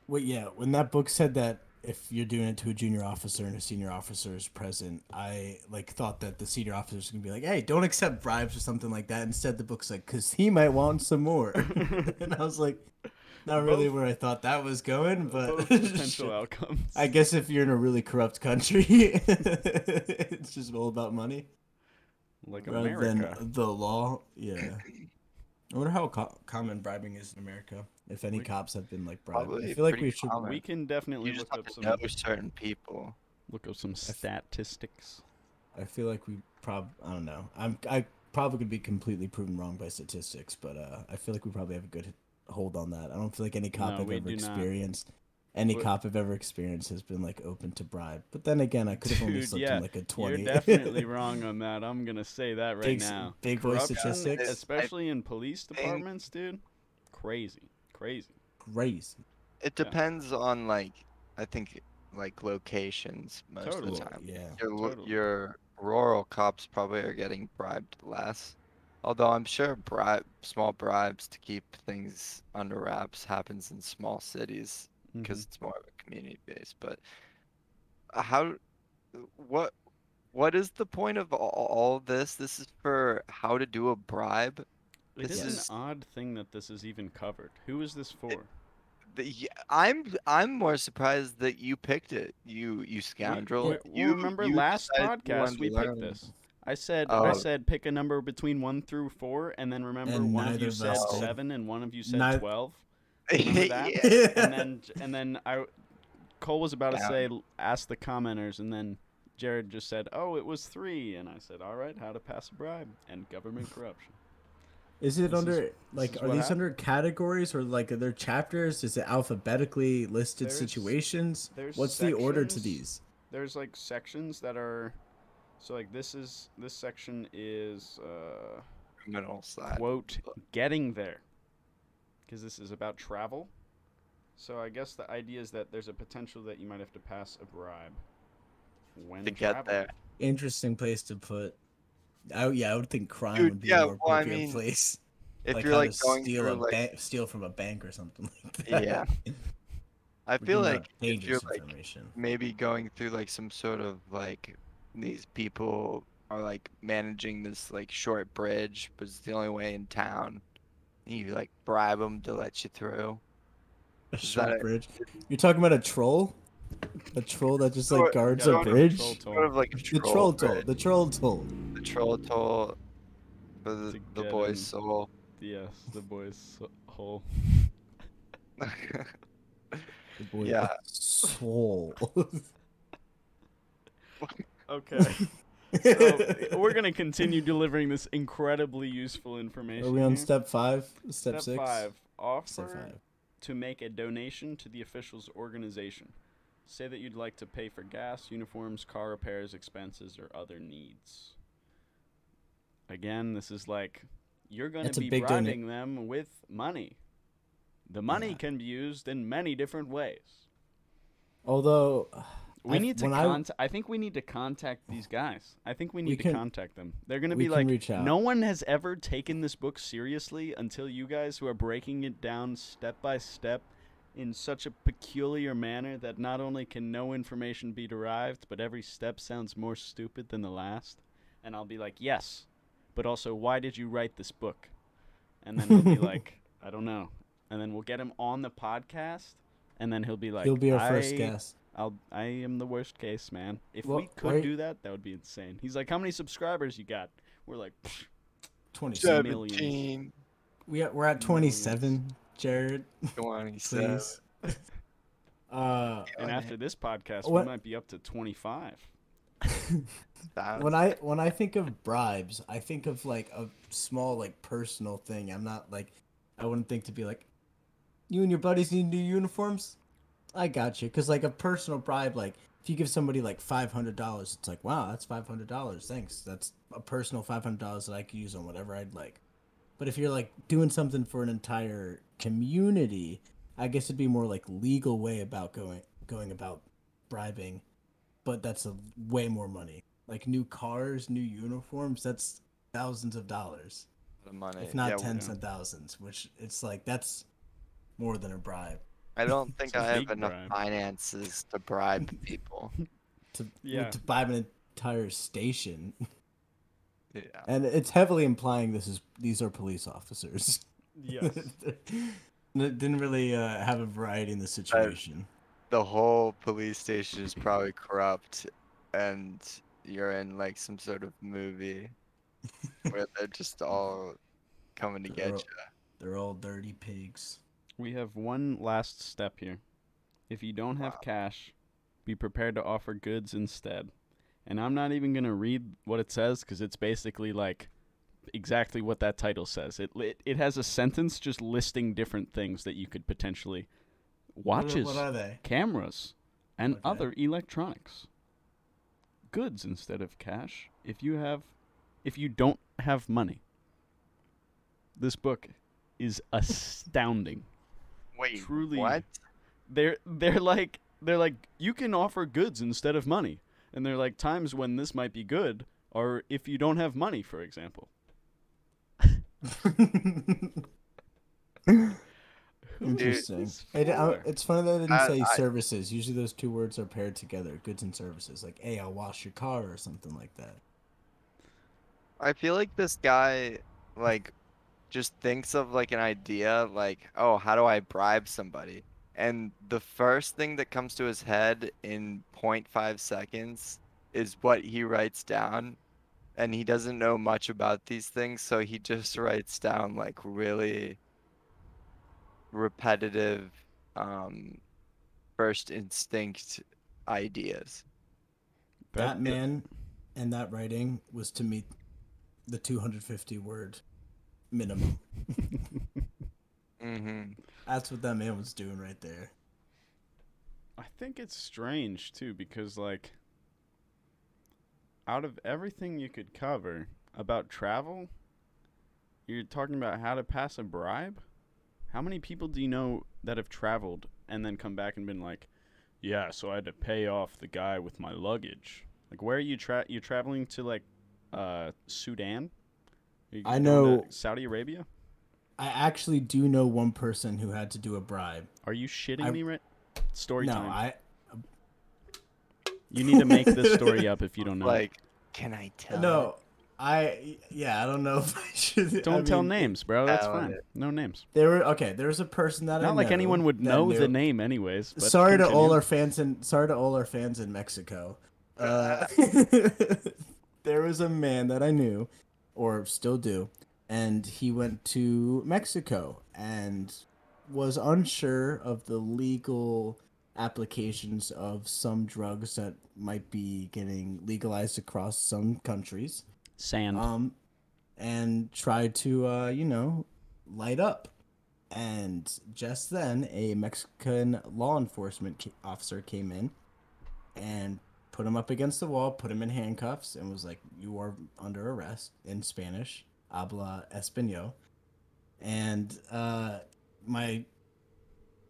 [SPEAKER 4] Wait, yeah. When that book said that if you're doing it to a junior officer and a senior officer is present, I like thought that the senior officer is gonna be like, "Hey, don't accept bribes or something like that." Instead, the book's like, "Cause he might want some more," and I was like, "Not really where I thought that was going, but
[SPEAKER 1] potential outcomes.
[SPEAKER 4] I guess if you're in a really corrupt country, it's just all about money
[SPEAKER 1] like
[SPEAKER 4] rather
[SPEAKER 1] America.
[SPEAKER 4] than the law. Yeah. I wonder how co- common bribing is in America. If any cops have been like bribed,
[SPEAKER 3] Probably
[SPEAKER 4] I feel like
[SPEAKER 3] pretty
[SPEAKER 4] we should.
[SPEAKER 3] common.
[SPEAKER 1] We can definitely
[SPEAKER 3] You just
[SPEAKER 1] look
[SPEAKER 3] have
[SPEAKER 1] up
[SPEAKER 3] to
[SPEAKER 1] some
[SPEAKER 3] know certain people.
[SPEAKER 1] look up some statistics.
[SPEAKER 4] I feel like we prob. I don't know. I'm. I probably could be completely proven wrong by statistics, but uh, I feel like we probably have a good hold on that. I don't feel like any cop
[SPEAKER 1] No,
[SPEAKER 4] I've
[SPEAKER 1] we
[SPEAKER 4] ever
[SPEAKER 1] do not.
[SPEAKER 4] experienced. Any
[SPEAKER 1] But-
[SPEAKER 4] cop I've ever experienced has been like open to bribe. But then again, I could have only
[SPEAKER 1] Dude,
[SPEAKER 4] slipped
[SPEAKER 1] yeah,
[SPEAKER 4] in like a 20
[SPEAKER 1] You're definitely wrong on that. I'm gonna say that right
[SPEAKER 4] big,
[SPEAKER 1] now.
[SPEAKER 4] big boy
[SPEAKER 1] Corruption,
[SPEAKER 4] statistics.
[SPEAKER 1] especially in police
[SPEAKER 3] think-
[SPEAKER 1] departments, dude. Crazy, crazy.
[SPEAKER 4] Crazy.
[SPEAKER 3] It
[SPEAKER 1] Yeah.
[SPEAKER 3] depends on like I think like locations most of
[SPEAKER 1] Totally.
[SPEAKER 3] the time.
[SPEAKER 4] Yeah.
[SPEAKER 3] Your lo-
[SPEAKER 1] Totally.
[SPEAKER 3] your rural cops probably are getting bribed less. Although I'm sure bribe small bribes to keep things under wraps happens in small cities
[SPEAKER 4] Mm-hmm.
[SPEAKER 1] Mhm.
[SPEAKER 3] because it's more of a community base. But uh, how, what, what is the point of all, all this? This is for how to do a bribe.
[SPEAKER 1] It
[SPEAKER 3] This
[SPEAKER 1] is
[SPEAKER 3] is-
[SPEAKER 1] an odd thing that this is even covered. Who is this for?
[SPEAKER 3] The, y- I'm I'm more surprised that you picked it. You you scoundrel.
[SPEAKER 1] We- we-
[SPEAKER 3] you
[SPEAKER 1] remember
[SPEAKER 3] you
[SPEAKER 1] last
[SPEAKER 3] decided you wanted
[SPEAKER 1] podcast
[SPEAKER 3] to
[SPEAKER 1] we picked
[SPEAKER 3] learn.
[SPEAKER 1] this. I said I
[SPEAKER 3] Oh.
[SPEAKER 1] said pick a number between one through four, and then remember
[SPEAKER 4] And
[SPEAKER 1] one of
[SPEAKER 4] neither
[SPEAKER 1] you
[SPEAKER 4] of
[SPEAKER 1] said
[SPEAKER 3] us did.
[SPEAKER 1] seven and one of you said
[SPEAKER 4] Nei-
[SPEAKER 1] twelve, Remember that?
[SPEAKER 3] Yeah.
[SPEAKER 1] and then and then I Cole was about to
[SPEAKER 3] Yeah.
[SPEAKER 1] say ask the commenters, and then Jared just said oh it was three, and I said all right how to pass a bribe and government corruption.
[SPEAKER 4] Is
[SPEAKER 1] This
[SPEAKER 4] it
[SPEAKER 1] is-
[SPEAKER 4] under
[SPEAKER 1] is
[SPEAKER 4] like are
[SPEAKER 1] what
[SPEAKER 4] these
[SPEAKER 1] happened.
[SPEAKER 4] under categories or like are there chapters? Is it alphabetically listed
[SPEAKER 1] There's-
[SPEAKER 4] situations?
[SPEAKER 1] there's
[SPEAKER 4] What's the order to
[SPEAKER 1] sections.
[SPEAKER 4] these?
[SPEAKER 1] There's like sections that are so like this is this section is. uh
[SPEAKER 3] criminal side.
[SPEAKER 1] quote getting there because this is about travel so i guess the idea is that there's a potential that you might have to pass a bribe when
[SPEAKER 3] To get
[SPEAKER 1] traveling.
[SPEAKER 3] there.
[SPEAKER 4] Interesting place to put. I, yeah, I would think crime
[SPEAKER 3] Dude,
[SPEAKER 4] would be
[SPEAKER 3] yeah,
[SPEAKER 4] a more
[SPEAKER 3] well, I
[SPEAKER 4] appropriate
[SPEAKER 3] mean,
[SPEAKER 4] place.
[SPEAKER 3] If
[SPEAKER 4] like
[SPEAKER 3] you're
[SPEAKER 4] how
[SPEAKER 3] like
[SPEAKER 4] to
[SPEAKER 3] going
[SPEAKER 4] steal
[SPEAKER 3] through
[SPEAKER 4] a
[SPEAKER 3] like
[SPEAKER 4] ba- steal from a bank or something like that.
[SPEAKER 3] Yeah. I
[SPEAKER 4] We're
[SPEAKER 3] feel
[SPEAKER 4] giving out
[SPEAKER 3] like if you're
[SPEAKER 4] dangerous
[SPEAKER 3] like
[SPEAKER 4] information.
[SPEAKER 3] maybe going through like some sort of like these people are like managing this like short bridge, but it's the only way in town. and You like bribe them to let you through.
[SPEAKER 4] A
[SPEAKER 3] is
[SPEAKER 4] short
[SPEAKER 3] that a-
[SPEAKER 4] bridge. You're talking about a troll, a troll that just like
[SPEAKER 3] Sort-
[SPEAKER 4] guards
[SPEAKER 1] sort
[SPEAKER 4] a
[SPEAKER 1] of
[SPEAKER 4] bridge.
[SPEAKER 1] troll toll.
[SPEAKER 3] Sort of like a
[SPEAKER 4] The
[SPEAKER 3] troll,
[SPEAKER 4] troll toll.
[SPEAKER 3] bridge,
[SPEAKER 4] The troll toll.
[SPEAKER 3] the troll toll for the,
[SPEAKER 1] To
[SPEAKER 3] the
[SPEAKER 1] get
[SPEAKER 3] boy's
[SPEAKER 1] in.
[SPEAKER 3] soul.
[SPEAKER 1] yes the boys hole
[SPEAKER 4] The boy
[SPEAKER 3] Yeah.
[SPEAKER 4] soul.
[SPEAKER 1] okay so we're gonna continue delivering this incredibly useful information
[SPEAKER 4] Are we on
[SPEAKER 1] here.
[SPEAKER 4] step five?
[SPEAKER 1] Step
[SPEAKER 4] Step, six?
[SPEAKER 1] five offer
[SPEAKER 4] Step five.
[SPEAKER 1] to make a donation to the official's organization say that you'd like to pay for gas uniforms car repairs expenses or other needs again this is like you're going
[SPEAKER 4] That's
[SPEAKER 1] to
[SPEAKER 4] a
[SPEAKER 1] be
[SPEAKER 4] big dona-
[SPEAKER 1] bribing them with money the money
[SPEAKER 4] Yeah.
[SPEAKER 1] can be used in many different ways
[SPEAKER 4] Although,
[SPEAKER 1] we
[SPEAKER 4] I-
[SPEAKER 1] need to
[SPEAKER 4] when I-
[SPEAKER 1] contact I, think we need to contact these guys i think we need to
[SPEAKER 4] can-
[SPEAKER 1] contact them they're going to
[SPEAKER 4] we
[SPEAKER 1] be
[SPEAKER 4] can
[SPEAKER 1] like
[SPEAKER 4] reach out.
[SPEAKER 1] no one has ever taken this book seriously until you guys who are breaking it down step by step in such a peculiar manner that not only can no information be derived but every step sounds more stupid than the last and i'll be like yes but also why did you write this book and then he'll be like i don't know and then we'll get him on the podcast and then he'll be like
[SPEAKER 4] you'll be our first
[SPEAKER 1] "I-
[SPEAKER 4] guest.
[SPEAKER 1] I'll I am the worst case, man. If
[SPEAKER 4] Well,
[SPEAKER 1] we could
[SPEAKER 4] right-
[SPEAKER 1] do that, that would be insane. He's like, How many subscribers you got? We're like "Pfft,
[SPEAKER 4] 27.
[SPEAKER 1] Millions.
[SPEAKER 3] Seventeen,
[SPEAKER 4] We are, we're at 27, Jared.
[SPEAKER 3] twenty-seven.
[SPEAKER 4] Please. uh,
[SPEAKER 1] and after this podcast we
[SPEAKER 4] What-
[SPEAKER 1] might be up to twenty five.
[SPEAKER 3] thousand.
[SPEAKER 4] when I when I think of bribes, I think of like a small like personal thing. I'm not like I wouldn't think to be like you and your buddies need new uniforms. I got you because like a personal bribe, like if you give somebody like five hundred dollars, it's like wow, that's five hundred dollars. Thanks, that's a personal five hundred dollars that I could use on whatever I'd like. But if you're like doing something for an entire community, I guess it'd be more like legal way about going going about bribing, but that's a way more money. Like new cars, new uniforms, that's thousands of dollars,
[SPEAKER 3] the money.
[SPEAKER 4] if not
[SPEAKER 3] yeah,
[SPEAKER 4] tens
[SPEAKER 1] yeah.
[SPEAKER 4] of thousands. Which it's like that's more than a bribe.
[SPEAKER 3] I don't think
[SPEAKER 1] a
[SPEAKER 3] I have
[SPEAKER 1] big
[SPEAKER 3] enough
[SPEAKER 1] bribe.
[SPEAKER 3] finances to bribe people.
[SPEAKER 4] to
[SPEAKER 1] Yeah.
[SPEAKER 4] to buy an entire station,
[SPEAKER 3] Yeah.
[SPEAKER 4] and it's heavily implying this is these are police officers.
[SPEAKER 1] Yes.
[SPEAKER 4] And it didn't really uh, have a variety in the situation.
[SPEAKER 3] The whole police station is probably corrupt, and you're in like some sort of movie where they're just all coming to get
[SPEAKER 4] They're
[SPEAKER 3] you.
[SPEAKER 4] all- They're all dirty pigs.
[SPEAKER 1] We have one last step here. If you don't have
[SPEAKER 3] Wow.
[SPEAKER 1] cash, be prepared to offer goods instead. And I'm not even going to read what it says because it's basically like exactly what that title says. It, it it has a sentence just listing different things that you could potentially
[SPEAKER 4] What-
[SPEAKER 1] watches,
[SPEAKER 4] What are they?
[SPEAKER 1] cameras, and
[SPEAKER 4] Okay.
[SPEAKER 1] other electronics. Goods instead of cash. If you have if you don't have money. This book is astounding
[SPEAKER 3] Wait,
[SPEAKER 1] Truly.
[SPEAKER 3] what?
[SPEAKER 1] they're they're like they're like you can offer goods instead of money and they're like times when this might be good or if you don't have money for example
[SPEAKER 4] Interesting.
[SPEAKER 1] It's
[SPEAKER 4] It, I,
[SPEAKER 1] four.
[SPEAKER 4] it's funny that I didn't
[SPEAKER 3] I-
[SPEAKER 4] say
[SPEAKER 3] I-
[SPEAKER 4] services. Usually those two words are paired together, goods and services. Like, hey, I'll wash your car or something like that.
[SPEAKER 3] I feel like this guy, like, just thinks of like an idea, like, oh, how do I bribe somebody? And the first thing that comes to his head in 0.5 seconds is what he writes down. And he doesn't know much about these things, so he just writes down like really repetitive, um, first instinct ideas.
[SPEAKER 4] That man and that writing was to meet the 250 word minimum.
[SPEAKER 3] Mm-hmm.
[SPEAKER 4] That's what that man was doing right there.
[SPEAKER 1] i think it's strange too because like out of everything you could cover about travel you're talking about how to pass a bribe how many people do you know that have traveled and then come back and been like yeah so i had to pay off the guy with my luggage like where are you tra- you're traveling to like uh sudan You're
[SPEAKER 4] I
[SPEAKER 1] going to
[SPEAKER 4] know-
[SPEAKER 1] saudi arabia
[SPEAKER 4] I actually do know one person who had to do a bribe.
[SPEAKER 1] are you shitting
[SPEAKER 4] I-
[SPEAKER 1] me right story
[SPEAKER 4] no,
[SPEAKER 1] time
[SPEAKER 4] I
[SPEAKER 1] you need to make this story up if you don't know
[SPEAKER 3] Like, can I tell?
[SPEAKER 4] no, I yeah, I don't know if I should.
[SPEAKER 1] don't
[SPEAKER 4] I
[SPEAKER 1] tell
[SPEAKER 4] mean,
[SPEAKER 1] names bro that's
[SPEAKER 3] Tell
[SPEAKER 1] fine
[SPEAKER 3] it.
[SPEAKER 1] no names
[SPEAKER 4] There were okay. There was a person that I
[SPEAKER 1] not like
[SPEAKER 4] know
[SPEAKER 1] anyone would
[SPEAKER 4] that
[SPEAKER 1] know
[SPEAKER 4] knew-
[SPEAKER 1] the name anyways but
[SPEAKER 4] sorry to all
[SPEAKER 1] continue.
[SPEAKER 4] our fans in sorry to all our fans in Mexico. Uh, there was a man that I knew, or still do, and he went to Mexico and was unsure of the legal applications of some drugs that might be getting legalized across some countries
[SPEAKER 1] sand
[SPEAKER 4] um, and tried to, uh, you know, light up. And just then, a Mexican law enforcement ca- officer came in and put him up against the wall, put him in handcuffs, and was like, You are under arrest in Spanish, habla espanol. And uh, my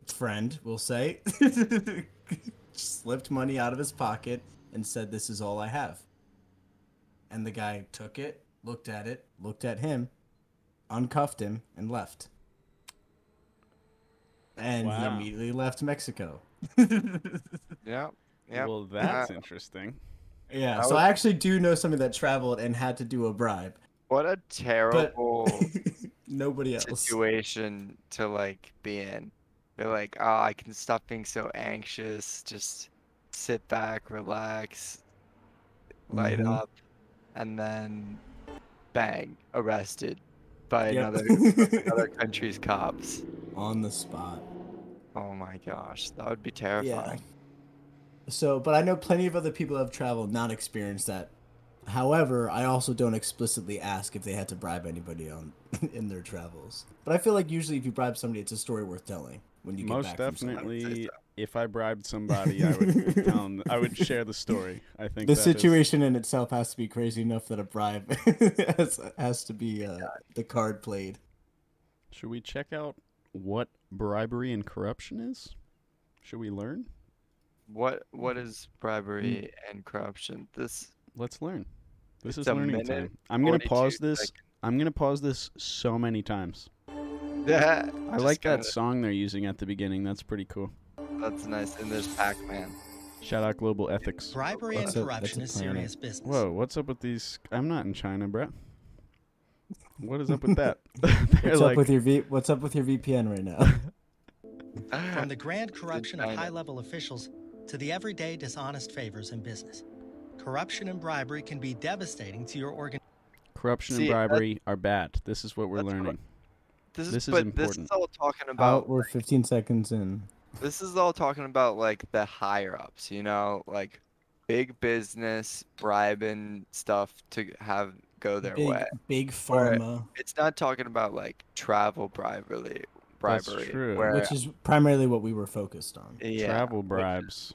[SPEAKER 4] friend will say, slipped money out of his pocket and said, This is all I have. And the guy took it, looked at it, looked at him, uncuffed him, and left. And he
[SPEAKER 1] Wow.
[SPEAKER 4] immediately left Mexico.
[SPEAKER 3] Yeah. Yeah.
[SPEAKER 1] well that's
[SPEAKER 3] Uh,
[SPEAKER 1] interesting
[SPEAKER 4] Yeah,
[SPEAKER 3] I
[SPEAKER 4] so
[SPEAKER 3] would-
[SPEAKER 4] I actually do know somebody that traveled and had to do a bribe.
[SPEAKER 3] What a terrible
[SPEAKER 4] Nobody else.
[SPEAKER 3] situation to like be in. They're like, oh, I can stop being so anxious. Just sit back, relax, light
[SPEAKER 1] Mm-hmm.
[SPEAKER 4] Mhm.
[SPEAKER 3] up, and then bang, arrested by
[SPEAKER 4] Yep.
[SPEAKER 3] another another country's cops.
[SPEAKER 4] On the spot.
[SPEAKER 3] Oh my gosh, that would be terrifying.
[SPEAKER 4] So, but I know plenty of other people that have traveled not experienced that. However, I also don't explicitly ask if they had to bribe anybody on in their travels. But I feel like usually if you bribe somebody, it's a story worth telling when you get
[SPEAKER 1] most
[SPEAKER 4] back from somewhere.
[SPEAKER 1] definitely
[SPEAKER 3] so.
[SPEAKER 1] if i bribed somebody i would tell 'em- i would share the story i think
[SPEAKER 4] The
[SPEAKER 1] that is-
[SPEAKER 4] situation in itself has to be crazy enough that a bribe has, has to be uh, the card played.
[SPEAKER 1] should we check out what bribery and corruption is should we learn
[SPEAKER 3] What what is bribery
[SPEAKER 1] Mm.
[SPEAKER 3] and corruption? This
[SPEAKER 1] let's learn this is
[SPEAKER 3] It's a
[SPEAKER 1] learning
[SPEAKER 3] minute,
[SPEAKER 1] time i'm gonna
[SPEAKER 3] 42
[SPEAKER 1] pause this i'm gonna pause this so many times
[SPEAKER 3] Yeah,
[SPEAKER 1] i like that song they're using at the beginning that's pretty cool
[SPEAKER 3] That's nice. And there's Pac-Man.
[SPEAKER 1] shout out global ethics
[SPEAKER 5] Bribery
[SPEAKER 4] That's a-
[SPEAKER 5] and
[SPEAKER 4] that's
[SPEAKER 5] corruption
[SPEAKER 4] a
[SPEAKER 5] is
[SPEAKER 4] planet.
[SPEAKER 5] serious business.
[SPEAKER 1] Whoa, what's up with these? I'm not in China, Brett. What is up with that? They're
[SPEAKER 4] What's
[SPEAKER 1] like,
[SPEAKER 4] up with your v- What's up with your VPN right now?
[SPEAKER 5] From the grand corruption of
[SPEAKER 3] China.
[SPEAKER 5] high level officials to the everyday dishonest favors in business, corruption and bribery can be devastating to your organization.
[SPEAKER 1] Corruption
[SPEAKER 3] See,
[SPEAKER 1] and
[SPEAKER 3] that-
[SPEAKER 1] bribery are bad. This is what we're
[SPEAKER 3] that's what-
[SPEAKER 1] learning.
[SPEAKER 3] This is,
[SPEAKER 1] This is
[SPEAKER 3] but this is
[SPEAKER 1] important.
[SPEAKER 3] all talking
[SPEAKER 4] About
[SPEAKER 3] about
[SPEAKER 4] we're 15 seconds in.
[SPEAKER 3] this is all talking about like the higher ups, you know, like big business bribing stuff to have go their
[SPEAKER 4] Big,
[SPEAKER 3] way.
[SPEAKER 4] big pharma,
[SPEAKER 3] It's not talking about like travel bribery,
[SPEAKER 1] That's
[SPEAKER 3] bribery,
[SPEAKER 1] true.
[SPEAKER 3] where
[SPEAKER 4] which is primarily what we were focused on.
[SPEAKER 3] yeah,
[SPEAKER 1] Travel
[SPEAKER 3] is-
[SPEAKER 1] bribes.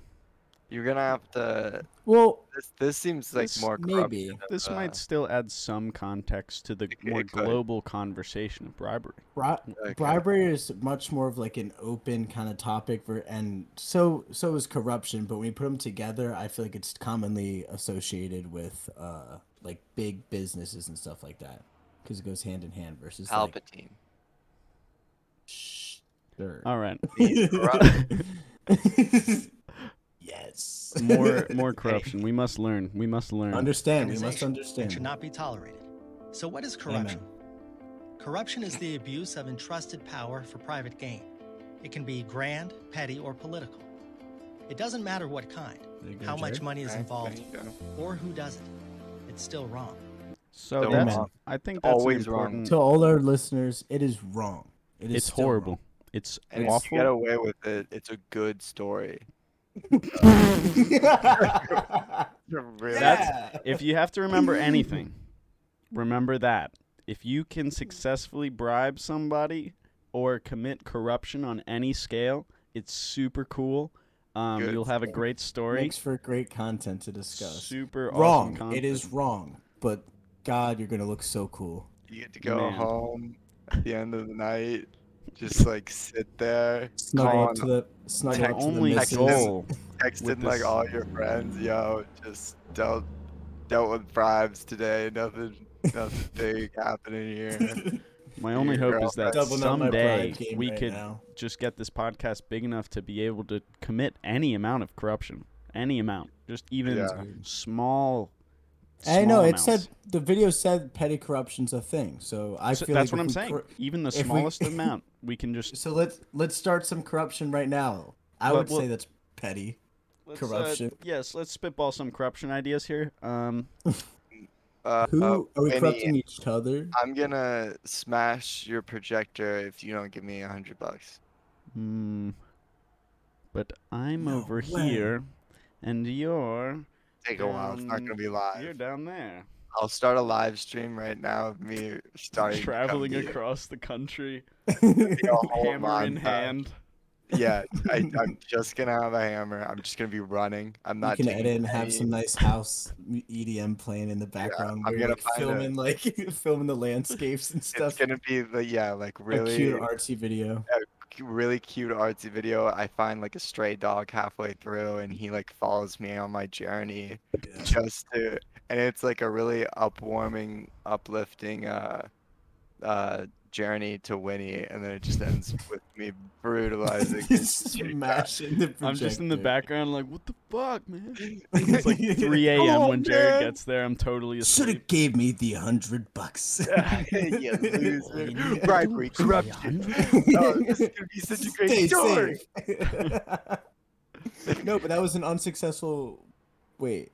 [SPEAKER 3] you're gonna have to.
[SPEAKER 4] Well,
[SPEAKER 3] This, this seems like
[SPEAKER 1] This
[SPEAKER 3] more corruption
[SPEAKER 4] maybe.
[SPEAKER 3] of,
[SPEAKER 1] This
[SPEAKER 3] uh,
[SPEAKER 1] might still add some context to the
[SPEAKER 3] it-
[SPEAKER 1] more
[SPEAKER 3] it could.
[SPEAKER 1] global conversation of bribery.
[SPEAKER 4] Bri-
[SPEAKER 3] like, uh,
[SPEAKER 4] bribery is much more of like an open kind of topic for, and so so is corruption but when you put them together i feel like it's commonly associated with uh like big businesses and stuff like that because it goes hand in hand versus like
[SPEAKER 3] Palpatine.
[SPEAKER 4] sure
[SPEAKER 1] All right,
[SPEAKER 4] yes
[SPEAKER 1] more more corruption. We must learn. We must learn.
[SPEAKER 4] understand we must
[SPEAKER 5] Organization. It should
[SPEAKER 4] understand
[SPEAKER 5] not be tolerated. So, what is corruption? Corruption is the abuse of entrusted power for private gain. It can be grand, petty, or political. It doesn't matter what kind,
[SPEAKER 4] There you go,
[SPEAKER 5] how much
[SPEAKER 4] Jared.
[SPEAKER 5] money is
[SPEAKER 3] Right,
[SPEAKER 5] involved,
[SPEAKER 3] there you go.
[SPEAKER 5] or who does it. It's still wrong.
[SPEAKER 1] so
[SPEAKER 3] Don't
[SPEAKER 1] that's.
[SPEAKER 4] wrong.
[SPEAKER 1] I think
[SPEAKER 3] It's
[SPEAKER 1] that's an
[SPEAKER 3] always wrong.
[SPEAKER 1] important.
[SPEAKER 4] to all our listeners it is wrong it is
[SPEAKER 1] It's
[SPEAKER 4] still wrong.
[SPEAKER 1] horrible. It's
[SPEAKER 3] And if you
[SPEAKER 1] awful.
[SPEAKER 3] get away with it, it's a good story. Really?
[SPEAKER 1] That's- if you have to remember anything, remember that. If you can successfully bribe somebody or commit corruption on any scale, it's super cool. Um,
[SPEAKER 3] Good.
[SPEAKER 1] you'll have a great story.
[SPEAKER 4] Makes for great content to discuss.
[SPEAKER 1] Super
[SPEAKER 4] wrong.
[SPEAKER 1] awesome.
[SPEAKER 4] it is
[SPEAKER 1] content.
[SPEAKER 4] wrong. But God, you're gonna look so cool.
[SPEAKER 3] You get to go
[SPEAKER 1] Man.
[SPEAKER 3] home at the end of the night, just like sit there,
[SPEAKER 4] Snuggle
[SPEAKER 3] Colin,
[SPEAKER 4] up to the snuggle
[SPEAKER 1] Our
[SPEAKER 4] up to
[SPEAKER 1] only
[SPEAKER 4] the
[SPEAKER 3] Texas.
[SPEAKER 4] missus.
[SPEAKER 1] goal. with
[SPEAKER 3] texting like
[SPEAKER 1] this-
[SPEAKER 3] all your friends, yo, just dealt dealt with bribes today, nothing nothing big happening here.
[SPEAKER 1] My only hope is that
[SPEAKER 4] Doubling up my
[SPEAKER 1] someday
[SPEAKER 4] pride game
[SPEAKER 1] we
[SPEAKER 4] right
[SPEAKER 1] could
[SPEAKER 4] now.
[SPEAKER 1] just get this podcast big enough to be able to commit any amount of corruption, any amount, just even
[SPEAKER 3] Yeah.
[SPEAKER 1] small.
[SPEAKER 4] I know.
[SPEAKER 1] small
[SPEAKER 4] It said
[SPEAKER 1] amounts.
[SPEAKER 4] the video said petty corruption's a thing. So I
[SPEAKER 1] So
[SPEAKER 4] feel
[SPEAKER 1] that's
[SPEAKER 4] like
[SPEAKER 1] what I'm
[SPEAKER 4] if we
[SPEAKER 1] saying.
[SPEAKER 4] cor-
[SPEAKER 1] even the
[SPEAKER 4] if we-
[SPEAKER 1] smallest amount, we can just
[SPEAKER 4] so let's let's start some corruption right now. I
[SPEAKER 1] But
[SPEAKER 4] would
[SPEAKER 1] we'll-
[SPEAKER 4] say that's petty.
[SPEAKER 1] Let's, uh,
[SPEAKER 4] Corruption.
[SPEAKER 1] yes, let's spitball some corruption ideas here. Um,
[SPEAKER 3] Uh,
[SPEAKER 4] Who are we
[SPEAKER 3] Winnie,
[SPEAKER 4] corrupting each other?
[SPEAKER 3] I'm gonna smash your projector if you don't give me a hundred bucks.
[SPEAKER 1] hmm, but I'm
[SPEAKER 4] No
[SPEAKER 1] over
[SPEAKER 4] way.
[SPEAKER 1] here, and you're
[SPEAKER 3] Take a while. It's not gonna
[SPEAKER 1] Um,
[SPEAKER 3] be
[SPEAKER 1] you're
[SPEAKER 3] live.
[SPEAKER 1] down there,
[SPEAKER 3] I'll start a live stream right now of me starting to come
[SPEAKER 1] traveling
[SPEAKER 3] to you.
[SPEAKER 1] across the country,
[SPEAKER 3] Be a whole
[SPEAKER 1] hammer in
[SPEAKER 3] montage.
[SPEAKER 1] hand.
[SPEAKER 3] Yeah, I, I'm just gonna have a hammer. I'm just gonna be running. I'm
[SPEAKER 4] You
[SPEAKER 3] not.
[SPEAKER 4] can
[SPEAKER 3] taking
[SPEAKER 4] edit and have
[SPEAKER 3] any-
[SPEAKER 4] some nice house EDM playing in the background.
[SPEAKER 3] I'm gonna
[SPEAKER 4] where you're, like,
[SPEAKER 3] find a-
[SPEAKER 4] filming like filming the landscapes and
[SPEAKER 3] It's
[SPEAKER 4] stuff.
[SPEAKER 3] gonna be the yeah, like
[SPEAKER 4] A
[SPEAKER 3] really,
[SPEAKER 4] cute artsy video.
[SPEAKER 3] cu- really cute artsy video. I find like a stray dog halfway through, and he like follows me on my journey just to, and it's like a really upwarming, uplifting uh, uh, journey to Winnie, and then it just ends with me brutalizing.
[SPEAKER 4] Just smashing the
[SPEAKER 1] I'm just in the
[SPEAKER 4] projector.
[SPEAKER 1] background, like, what the fuck, man? It's like 3 a.m.
[SPEAKER 3] on,
[SPEAKER 1] when Jared
[SPEAKER 3] man.
[SPEAKER 1] gets there. I'm totally
[SPEAKER 4] Should
[SPEAKER 1] asleep.
[SPEAKER 4] have gave me the hundred bucks.
[SPEAKER 3] you loser.
[SPEAKER 4] Winnie.
[SPEAKER 3] Bribery, corruption. Oh, this is gonna be such a great
[SPEAKER 4] Stay
[SPEAKER 3] story.
[SPEAKER 4] safe. no, but that was an unsuccessful. Wait,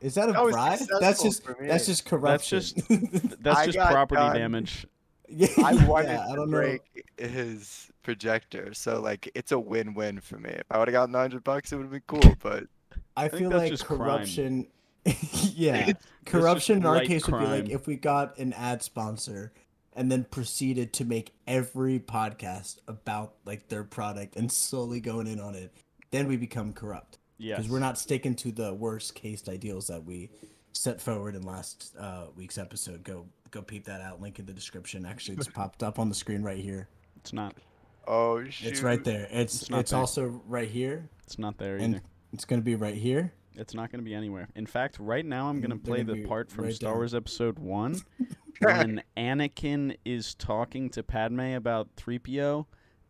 [SPEAKER 4] is that a
[SPEAKER 3] That was
[SPEAKER 4] bribe? That's
[SPEAKER 3] successful
[SPEAKER 4] just
[SPEAKER 3] for
[SPEAKER 4] that's
[SPEAKER 3] me.
[SPEAKER 4] just corruption.
[SPEAKER 1] Th- That's
[SPEAKER 3] I
[SPEAKER 1] just
[SPEAKER 3] got
[SPEAKER 1] property
[SPEAKER 3] done.
[SPEAKER 1] damage.
[SPEAKER 4] yeah,
[SPEAKER 3] I wanted
[SPEAKER 4] yeah, I
[SPEAKER 3] to
[SPEAKER 4] don't
[SPEAKER 3] break his projector, so like it's a win-win for me. If I would have gotten 100 bucks, it would have been cool. But
[SPEAKER 4] know. I
[SPEAKER 1] think
[SPEAKER 4] feel
[SPEAKER 1] that's
[SPEAKER 4] like
[SPEAKER 1] just crime.
[SPEAKER 4] corruption. yeah,
[SPEAKER 3] It's
[SPEAKER 4] corruption in our
[SPEAKER 1] light
[SPEAKER 4] case would be like
[SPEAKER 1] crime.
[SPEAKER 4] if we got an ad sponsor and then proceeded to make every podcast about like their product and slowly going in on it then we become corrupt
[SPEAKER 1] Yes.
[SPEAKER 4] because we're not sticking to the worst case ideals that we set forward in last uh, week's episode go go peep that out link in the description actually it's popped up on the screen right here
[SPEAKER 1] It's not.
[SPEAKER 3] oh shoot,
[SPEAKER 4] it's right there it's
[SPEAKER 1] It's
[SPEAKER 4] it's,
[SPEAKER 1] not there.
[SPEAKER 4] also right here
[SPEAKER 1] It's not there
[SPEAKER 4] and
[SPEAKER 1] either.
[SPEAKER 4] it's gonna be right here
[SPEAKER 1] It's not going to be anywhere. In fact, right now I'm going to
[SPEAKER 4] Mm, they're
[SPEAKER 1] play
[SPEAKER 4] gonna
[SPEAKER 1] the
[SPEAKER 4] be
[SPEAKER 1] part from
[SPEAKER 4] right
[SPEAKER 1] Star
[SPEAKER 4] there.
[SPEAKER 1] Wars Episode 1 when Anakin is talking to Padme about 3PO.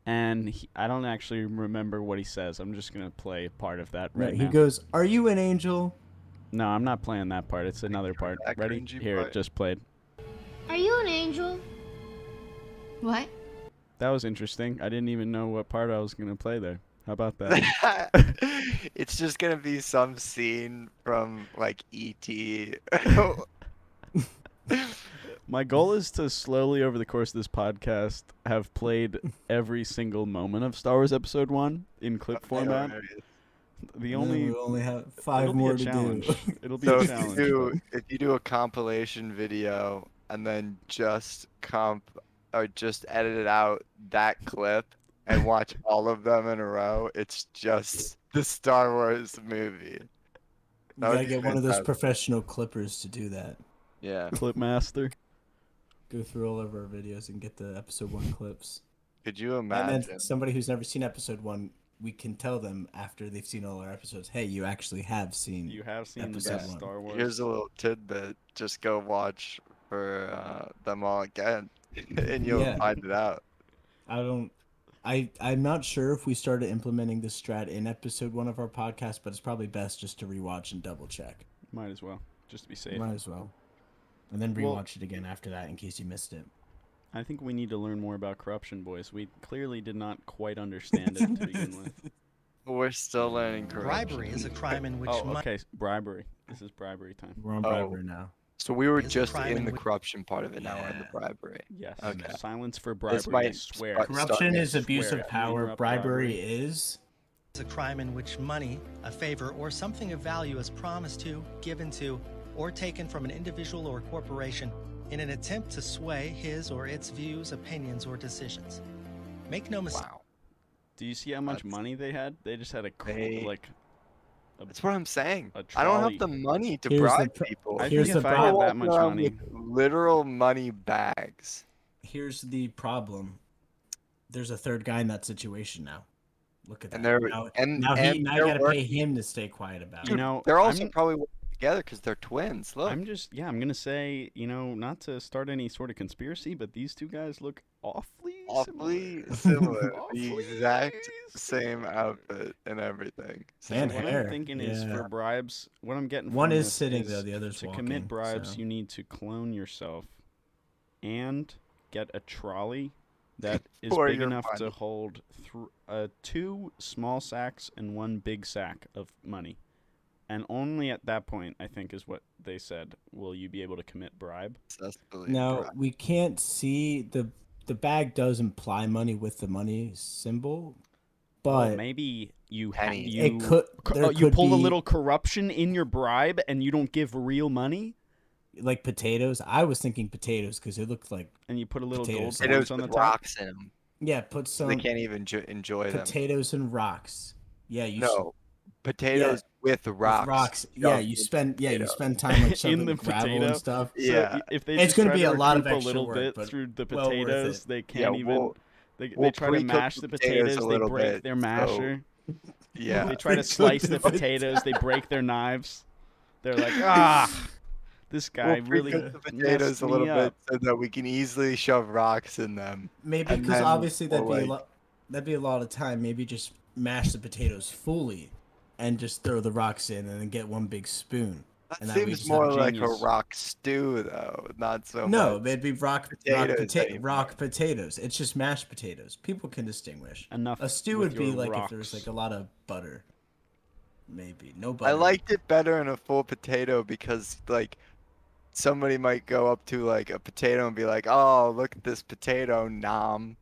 [SPEAKER 1] And he, I don't actually remember what he says. I'm just going to play part of that right
[SPEAKER 4] right he
[SPEAKER 1] now.
[SPEAKER 4] goes are you an angel
[SPEAKER 1] no, I'm not playing that part. It's another part.
[SPEAKER 3] that
[SPEAKER 1] Ready?
[SPEAKER 3] cringy
[SPEAKER 1] Here, it
[SPEAKER 3] part.
[SPEAKER 1] just played.
[SPEAKER 6] Are you an angel? What?
[SPEAKER 1] That was interesting. I didn't even know what part I was going to play there. How about that?
[SPEAKER 3] it's just E gonna be some scene from like E.T.
[SPEAKER 1] My goal is to slowly, over the course of this podcast, have played every single moment of Star Wars Episode One in clip format. The
[SPEAKER 4] And then
[SPEAKER 1] only
[SPEAKER 4] we only have five
[SPEAKER 1] it'll
[SPEAKER 4] more
[SPEAKER 1] be
[SPEAKER 4] to
[SPEAKER 1] a challenge.
[SPEAKER 4] do.
[SPEAKER 1] It'll be
[SPEAKER 3] So
[SPEAKER 1] a
[SPEAKER 3] if you
[SPEAKER 1] challenge.
[SPEAKER 3] do if you do a compilation video and then just comp or just edit out that clip and watch all of them in a row, it's just the Star Wars movie.
[SPEAKER 4] You
[SPEAKER 3] That would
[SPEAKER 4] gotta
[SPEAKER 3] be
[SPEAKER 4] get one of those
[SPEAKER 3] fantastic.
[SPEAKER 4] professional clippers to do that.
[SPEAKER 3] Yeah.
[SPEAKER 1] but clip master.
[SPEAKER 4] Go through all of our videos and get the episode one clips.
[SPEAKER 3] Could you
[SPEAKER 4] And
[SPEAKER 3] imagine?
[SPEAKER 4] then somebody who's never seen episode one, we can tell them after they've seen all our episodes, hey, you actually have seen.
[SPEAKER 1] You have seen the
[SPEAKER 4] Episode
[SPEAKER 1] best
[SPEAKER 4] one.
[SPEAKER 1] Star Wars.
[SPEAKER 3] Here's a little tidbit. Just go watch for uh, them all again, and you'll
[SPEAKER 4] Yeah.
[SPEAKER 3] find it out.
[SPEAKER 4] I don't. I I'm not sure if we started implementing this strat in episode one of our podcast, but it's probably best just to rewatch and double check.
[SPEAKER 1] Might as well, just to be safe.
[SPEAKER 4] Might as well, and then rewatch
[SPEAKER 1] Well-
[SPEAKER 4] it again after that in case you missed it.
[SPEAKER 1] I think we need to learn more about corruption, boys. We clearly did not quite understand it to begin with.
[SPEAKER 3] We're still learning corruption.
[SPEAKER 5] Bribery is a crime in which
[SPEAKER 1] Oh,
[SPEAKER 5] money
[SPEAKER 1] okay. s- Bribery. This is bribery time.
[SPEAKER 4] We're on
[SPEAKER 3] Oh.
[SPEAKER 4] bribery now.
[SPEAKER 3] So we were
[SPEAKER 5] is a
[SPEAKER 3] just
[SPEAKER 5] crime
[SPEAKER 3] in
[SPEAKER 5] in
[SPEAKER 3] the
[SPEAKER 5] which-
[SPEAKER 3] corruption part of it. Now we're in the
[SPEAKER 4] Yeah.
[SPEAKER 3] bribery.
[SPEAKER 1] Yes.
[SPEAKER 3] Okay.
[SPEAKER 1] Silence for bribery. I
[SPEAKER 3] might
[SPEAKER 1] swear.
[SPEAKER 3] start-
[SPEAKER 4] Corruption
[SPEAKER 3] Starting
[SPEAKER 4] is abuse
[SPEAKER 1] swear.
[SPEAKER 4] of power.
[SPEAKER 1] Interrupt
[SPEAKER 4] Bribery is.
[SPEAKER 5] is a crime in which money, a favor, or something of value is promised to, given to, or taken from an individual or corporation in an attempt to sway his or its views, opinions, or decisions. Make no mistake.
[SPEAKER 3] Wow.
[SPEAKER 1] Do you see how much
[SPEAKER 3] That's-
[SPEAKER 1] money they had? They just had a cr-
[SPEAKER 3] They-
[SPEAKER 1] like. a-
[SPEAKER 3] That's what I'm saying.
[SPEAKER 1] A
[SPEAKER 3] I don't
[SPEAKER 1] trolley.
[SPEAKER 3] have the money to
[SPEAKER 4] Here's the
[SPEAKER 3] bribe
[SPEAKER 4] pro-
[SPEAKER 3] people.
[SPEAKER 1] I
[SPEAKER 4] Here's
[SPEAKER 1] think
[SPEAKER 4] the
[SPEAKER 1] if I
[SPEAKER 4] problem.
[SPEAKER 1] had
[SPEAKER 3] People
[SPEAKER 1] that much
[SPEAKER 3] walk around
[SPEAKER 1] money,
[SPEAKER 3] with Literal money bags.
[SPEAKER 4] Here's the problem. There's a third guy in that situation now. Look at that.
[SPEAKER 3] And they're-
[SPEAKER 4] now,
[SPEAKER 3] and-
[SPEAKER 4] now he
[SPEAKER 3] and
[SPEAKER 4] now
[SPEAKER 3] they're
[SPEAKER 4] you gotta pay
[SPEAKER 3] working-
[SPEAKER 4] him to stay quiet about
[SPEAKER 1] you
[SPEAKER 4] it.
[SPEAKER 1] know,
[SPEAKER 3] They're also
[SPEAKER 1] I'm,
[SPEAKER 3] probably working together because they're twins. Look.
[SPEAKER 1] I'm just yeah. I'm gonna say you know not to start any sort of conspiracy, but these two guys look awfully
[SPEAKER 3] Awfully
[SPEAKER 4] similar.
[SPEAKER 3] similar. the
[SPEAKER 1] Awfully
[SPEAKER 3] exact same
[SPEAKER 1] similar.
[SPEAKER 3] outfit and everything. So
[SPEAKER 4] And
[SPEAKER 1] So what
[SPEAKER 4] hair,
[SPEAKER 1] I'm thinking is
[SPEAKER 4] yeah.
[SPEAKER 1] for bribes. What I'm getting.
[SPEAKER 4] One
[SPEAKER 1] from
[SPEAKER 4] is
[SPEAKER 1] this
[SPEAKER 4] sitting though,
[SPEAKER 1] is
[SPEAKER 4] the other's
[SPEAKER 1] to
[SPEAKER 4] walking.
[SPEAKER 1] commit bribes,
[SPEAKER 4] so-
[SPEAKER 1] you need to clone yourself, and get a trolley that is
[SPEAKER 3] For
[SPEAKER 1] big
[SPEAKER 3] your
[SPEAKER 1] enough to
[SPEAKER 3] money.
[SPEAKER 1] hold thr uh, two small sacks and one big sack of money. And only at that point, I think, is what they said, will you be able to commit bribe?
[SPEAKER 3] successfully
[SPEAKER 4] Now
[SPEAKER 3] bribe.
[SPEAKER 4] we can't see the the bag does imply money with the money symbol,
[SPEAKER 1] Or
[SPEAKER 4] but
[SPEAKER 1] maybe you ha-
[SPEAKER 3] Pennies.
[SPEAKER 1] you
[SPEAKER 4] it could
[SPEAKER 1] cor-
[SPEAKER 4] there
[SPEAKER 1] oh, you
[SPEAKER 4] could
[SPEAKER 1] pull a
[SPEAKER 4] be,
[SPEAKER 1] little corruption in your bribe, and you don't give real money,
[SPEAKER 4] like potatoes. I was thinking potatoes because it looked like
[SPEAKER 1] and you put a little
[SPEAKER 4] Potatoes.
[SPEAKER 1] gold
[SPEAKER 4] Potatoes
[SPEAKER 1] coins
[SPEAKER 3] Potatoes
[SPEAKER 1] on the
[SPEAKER 3] with
[SPEAKER 1] top.
[SPEAKER 3] rocks in them.
[SPEAKER 4] yeah, put
[SPEAKER 3] they
[SPEAKER 4] some
[SPEAKER 3] can't even jo- enjoy them.
[SPEAKER 4] potatoes and rocks. Yeah, you s-
[SPEAKER 3] No, potatoes with
[SPEAKER 4] with
[SPEAKER 3] rocks.
[SPEAKER 4] rocks. Yeah,
[SPEAKER 3] Shoved
[SPEAKER 4] you
[SPEAKER 3] in
[SPEAKER 4] spend yeah you
[SPEAKER 3] potatoes.
[SPEAKER 4] spend time like
[SPEAKER 1] In
[SPEAKER 4] shoveling
[SPEAKER 1] the
[SPEAKER 4] gravel
[SPEAKER 1] potato.
[SPEAKER 4] and stuff.
[SPEAKER 1] So
[SPEAKER 3] Yeah.
[SPEAKER 1] i- if they
[SPEAKER 4] It's
[SPEAKER 1] just
[SPEAKER 4] gonna
[SPEAKER 1] try
[SPEAKER 4] be
[SPEAKER 1] to
[SPEAKER 4] a lot of
[SPEAKER 1] recoup a
[SPEAKER 4] extra
[SPEAKER 1] little
[SPEAKER 4] work,
[SPEAKER 1] bit
[SPEAKER 4] but
[SPEAKER 1] through the
[SPEAKER 4] well worth it.
[SPEAKER 1] potatoes, they can't even.
[SPEAKER 3] we'll-
[SPEAKER 1] they, they
[SPEAKER 3] we'll
[SPEAKER 1] try to
[SPEAKER 3] pre-cook
[SPEAKER 1] mash the
[SPEAKER 3] the
[SPEAKER 1] potatoes.
[SPEAKER 3] potatoes a
[SPEAKER 1] they
[SPEAKER 3] little
[SPEAKER 1] break
[SPEAKER 3] bit,
[SPEAKER 1] their
[SPEAKER 3] so-
[SPEAKER 1] masher.
[SPEAKER 3] yeah.
[SPEAKER 1] They try to
[SPEAKER 4] Pre-cook
[SPEAKER 1] slice the
[SPEAKER 4] the
[SPEAKER 1] potatoes. they break their knives. They're like, ah, this guy
[SPEAKER 3] We'll
[SPEAKER 1] really
[SPEAKER 3] pre-cook the
[SPEAKER 1] messed
[SPEAKER 3] potatoes a little
[SPEAKER 1] me
[SPEAKER 3] bit
[SPEAKER 1] up.
[SPEAKER 3] so that we can easily shove rocks in them.
[SPEAKER 4] Maybe
[SPEAKER 3] And
[SPEAKER 4] because
[SPEAKER 3] then-
[SPEAKER 4] obviously that'd
[SPEAKER 3] or,
[SPEAKER 4] be a
[SPEAKER 3] like-
[SPEAKER 4] lot. That'd be a lot of time. Maybe just mash the potatoes fully, and just throw the rocks in, and then get one big spoon.
[SPEAKER 3] That
[SPEAKER 4] And that we
[SPEAKER 3] seems
[SPEAKER 4] just have
[SPEAKER 3] more like a
[SPEAKER 1] genius.
[SPEAKER 3] rock stew, though. Not so
[SPEAKER 4] no,
[SPEAKER 3] much.
[SPEAKER 4] they'd be rock
[SPEAKER 3] Oh Potatoes
[SPEAKER 4] rock, pota-
[SPEAKER 3] anymore.
[SPEAKER 4] rock potatoes. It's just mashed potatoes. People can distinguish.
[SPEAKER 1] Enough.
[SPEAKER 4] A stew
[SPEAKER 1] with
[SPEAKER 4] would be
[SPEAKER 1] your
[SPEAKER 4] like if
[SPEAKER 1] rocks.
[SPEAKER 4] there was like a lot of butter. Maybe no butter.
[SPEAKER 3] I liked it better in a full potato because, like, somebody might go up to like a potato and be like, "Oh, look at this potato, nom,"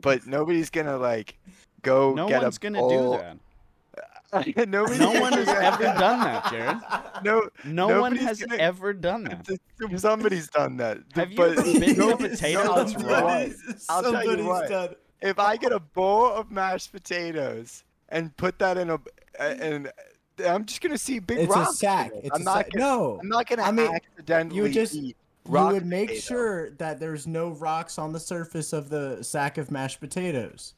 [SPEAKER 3] but nobody's gonna like go
[SPEAKER 1] No
[SPEAKER 3] get
[SPEAKER 1] one's
[SPEAKER 3] a
[SPEAKER 1] gonna
[SPEAKER 3] bowl.
[SPEAKER 1] do
[SPEAKER 3] that.
[SPEAKER 1] that.
[SPEAKER 3] Nobody.
[SPEAKER 1] No one has ever done that, Jared.
[SPEAKER 3] No,
[SPEAKER 1] No one
[SPEAKER 3] Nobody's
[SPEAKER 1] has
[SPEAKER 3] gonna-
[SPEAKER 1] ever done that.
[SPEAKER 3] th- somebody's done that.
[SPEAKER 1] Have you
[SPEAKER 3] but
[SPEAKER 1] ever bitten a
[SPEAKER 3] no-
[SPEAKER 1] potato
[SPEAKER 3] no,
[SPEAKER 1] that's
[SPEAKER 3] it's
[SPEAKER 1] raw?
[SPEAKER 3] wrong. I'll tell you what.
[SPEAKER 4] done.
[SPEAKER 3] If I get a bowl of mashed potatoes and put that in a, and I'm just gonna see big
[SPEAKER 4] It's
[SPEAKER 3] rocks.
[SPEAKER 4] a
[SPEAKER 3] in
[SPEAKER 4] sack.
[SPEAKER 3] it.
[SPEAKER 4] It's
[SPEAKER 3] I'm
[SPEAKER 4] a
[SPEAKER 3] not
[SPEAKER 4] sack.
[SPEAKER 3] Gonna,
[SPEAKER 4] No,
[SPEAKER 3] I'm not gonna
[SPEAKER 4] I mean,
[SPEAKER 3] accidentally
[SPEAKER 4] just-
[SPEAKER 3] eat
[SPEAKER 4] you
[SPEAKER 3] rock
[SPEAKER 4] would make
[SPEAKER 3] potato.
[SPEAKER 4] sure that there's no rocks on the surface of the sack of mashed potatoes.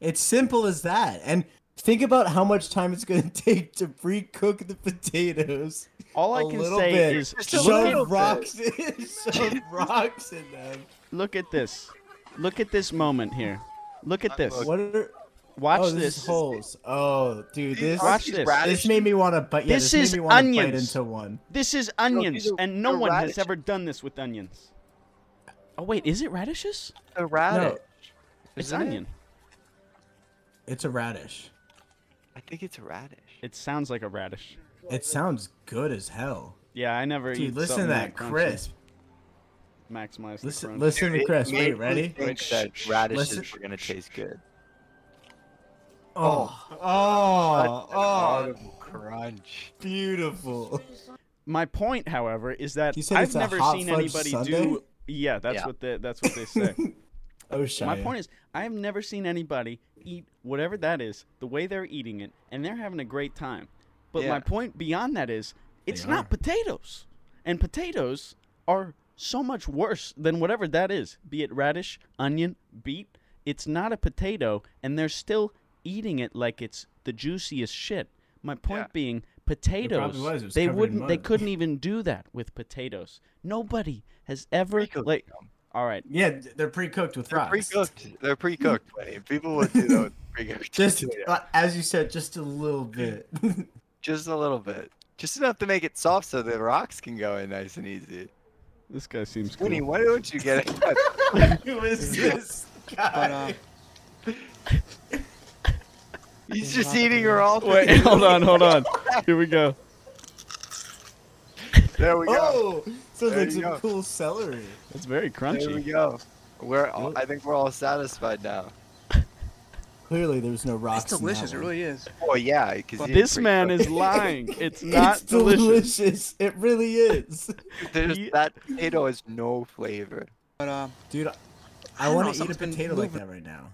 [SPEAKER 4] It's simple as that. And think about how much time it's going to take to pre-cook the potatoes.
[SPEAKER 1] All I
[SPEAKER 4] A
[SPEAKER 1] can
[SPEAKER 4] little
[SPEAKER 1] say
[SPEAKER 4] bit.
[SPEAKER 1] is
[SPEAKER 3] Just a
[SPEAKER 1] look at
[SPEAKER 3] little
[SPEAKER 4] Shove rocks, in, shove rocks in them.
[SPEAKER 1] look at this. Look at this moment here. Look at this.
[SPEAKER 4] What are?
[SPEAKER 1] Watch
[SPEAKER 4] oh, this,
[SPEAKER 1] this.
[SPEAKER 4] is holes. Oh, dude,
[SPEAKER 3] These
[SPEAKER 4] this
[SPEAKER 3] aren't
[SPEAKER 1] Watch
[SPEAKER 3] these
[SPEAKER 1] this.
[SPEAKER 3] radish-
[SPEAKER 4] this made me want to bite. Yeah,
[SPEAKER 1] This
[SPEAKER 4] this,
[SPEAKER 1] is
[SPEAKER 4] made me want to bite
[SPEAKER 1] onions.
[SPEAKER 4] into one.
[SPEAKER 1] This is onions,
[SPEAKER 3] these are-
[SPEAKER 1] and no
[SPEAKER 3] they're
[SPEAKER 1] one
[SPEAKER 3] radishes.
[SPEAKER 1] has ever done this with onions. Oh wait, is it radishes?
[SPEAKER 3] a radish.
[SPEAKER 4] No,
[SPEAKER 1] It's
[SPEAKER 3] Isn't it?
[SPEAKER 1] onion.
[SPEAKER 4] it's a radish.
[SPEAKER 3] I think it's a radish.
[SPEAKER 1] It? sounds like a radish.
[SPEAKER 4] It sounds good as hell.
[SPEAKER 1] Yeah, I never eat
[SPEAKER 4] Dude, listen to
[SPEAKER 1] something
[SPEAKER 4] that
[SPEAKER 1] crunchy.
[SPEAKER 4] crisp.
[SPEAKER 1] maximize the
[SPEAKER 4] Listen,
[SPEAKER 1] crunch.
[SPEAKER 4] listen to Chris.
[SPEAKER 3] Made
[SPEAKER 4] Wait,
[SPEAKER 3] me
[SPEAKER 4] ready?
[SPEAKER 3] think
[SPEAKER 1] Wait,
[SPEAKER 3] that
[SPEAKER 1] shh, shh,
[SPEAKER 3] radishes
[SPEAKER 4] listen-
[SPEAKER 3] were gonna taste good.
[SPEAKER 4] Oh, oh,
[SPEAKER 3] Such
[SPEAKER 4] oh,
[SPEAKER 3] an audible crunch.
[SPEAKER 4] beautiful.
[SPEAKER 1] My point, however, is that
[SPEAKER 4] You said
[SPEAKER 1] I've
[SPEAKER 4] it's a
[SPEAKER 1] never
[SPEAKER 4] hot
[SPEAKER 1] seen
[SPEAKER 4] fudge
[SPEAKER 1] anybody
[SPEAKER 4] sundae?
[SPEAKER 1] do. Yeah, that's
[SPEAKER 3] Yeah.
[SPEAKER 1] what they, that's what they say.
[SPEAKER 4] Oh, Shia.
[SPEAKER 1] My point is, I've never seen anybody eat whatever that is the way they're eating it, and they're having a great time. But
[SPEAKER 3] Yeah.
[SPEAKER 1] my point beyond that is, it's
[SPEAKER 4] They
[SPEAKER 1] not
[SPEAKER 4] are.
[SPEAKER 1] potatoes, and potatoes are so much worse than whatever that is, be it radish, onion, beet. It's not a potato, and they're still eating it like it's the juiciest shit. My point
[SPEAKER 3] Yeah.
[SPEAKER 1] being, potatoes.
[SPEAKER 4] was. It was
[SPEAKER 1] they
[SPEAKER 4] covered in
[SPEAKER 1] wouldn't. They
[SPEAKER 4] mud.
[SPEAKER 1] couldn't even do that with potatoes. Nobody has ever
[SPEAKER 3] Pre-cooked
[SPEAKER 1] like.
[SPEAKER 3] them.
[SPEAKER 1] All right,
[SPEAKER 4] Yeah, they're pre-cooked with
[SPEAKER 3] They're
[SPEAKER 4] fries.
[SPEAKER 3] pre-cooked. They're pre-cooked, Lenny. People would do those pre-cooked.
[SPEAKER 4] Just
[SPEAKER 3] Yeah.
[SPEAKER 4] uh, as you said, just a little bit.
[SPEAKER 3] just a little bit, just enough to make it soft so the rocks can go in nice and easy.
[SPEAKER 1] this guy seems
[SPEAKER 3] Lenny, why don't you get it?
[SPEAKER 4] Who is this guy?
[SPEAKER 3] He's just eating her all.
[SPEAKER 1] Wait, hold on, hold on. Here we go.
[SPEAKER 3] There we go.
[SPEAKER 4] oh, so
[SPEAKER 3] There
[SPEAKER 4] there's
[SPEAKER 3] you
[SPEAKER 4] some
[SPEAKER 3] go.
[SPEAKER 4] cool celery.
[SPEAKER 1] It's very
[SPEAKER 3] there we
[SPEAKER 1] crunchy.
[SPEAKER 3] go. We're. All, I think we're all satisfied now.
[SPEAKER 4] Clearly, there was no rocks.
[SPEAKER 7] It's delicious. It
[SPEAKER 4] in that one.
[SPEAKER 7] really is.
[SPEAKER 3] Oh yeah, because
[SPEAKER 1] This man is lying. It's not
[SPEAKER 4] it's
[SPEAKER 1] delicious.
[SPEAKER 4] delicious. It really is,
[SPEAKER 3] There's,
[SPEAKER 1] He-
[SPEAKER 3] that potato has no flavor.
[SPEAKER 7] But uh,
[SPEAKER 4] dude. I,
[SPEAKER 7] I don't
[SPEAKER 4] want
[SPEAKER 7] know,
[SPEAKER 4] to eat a
[SPEAKER 7] something's been
[SPEAKER 4] potato like
[SPEAKER 7] moving.
[SPEAKER 4] that right now.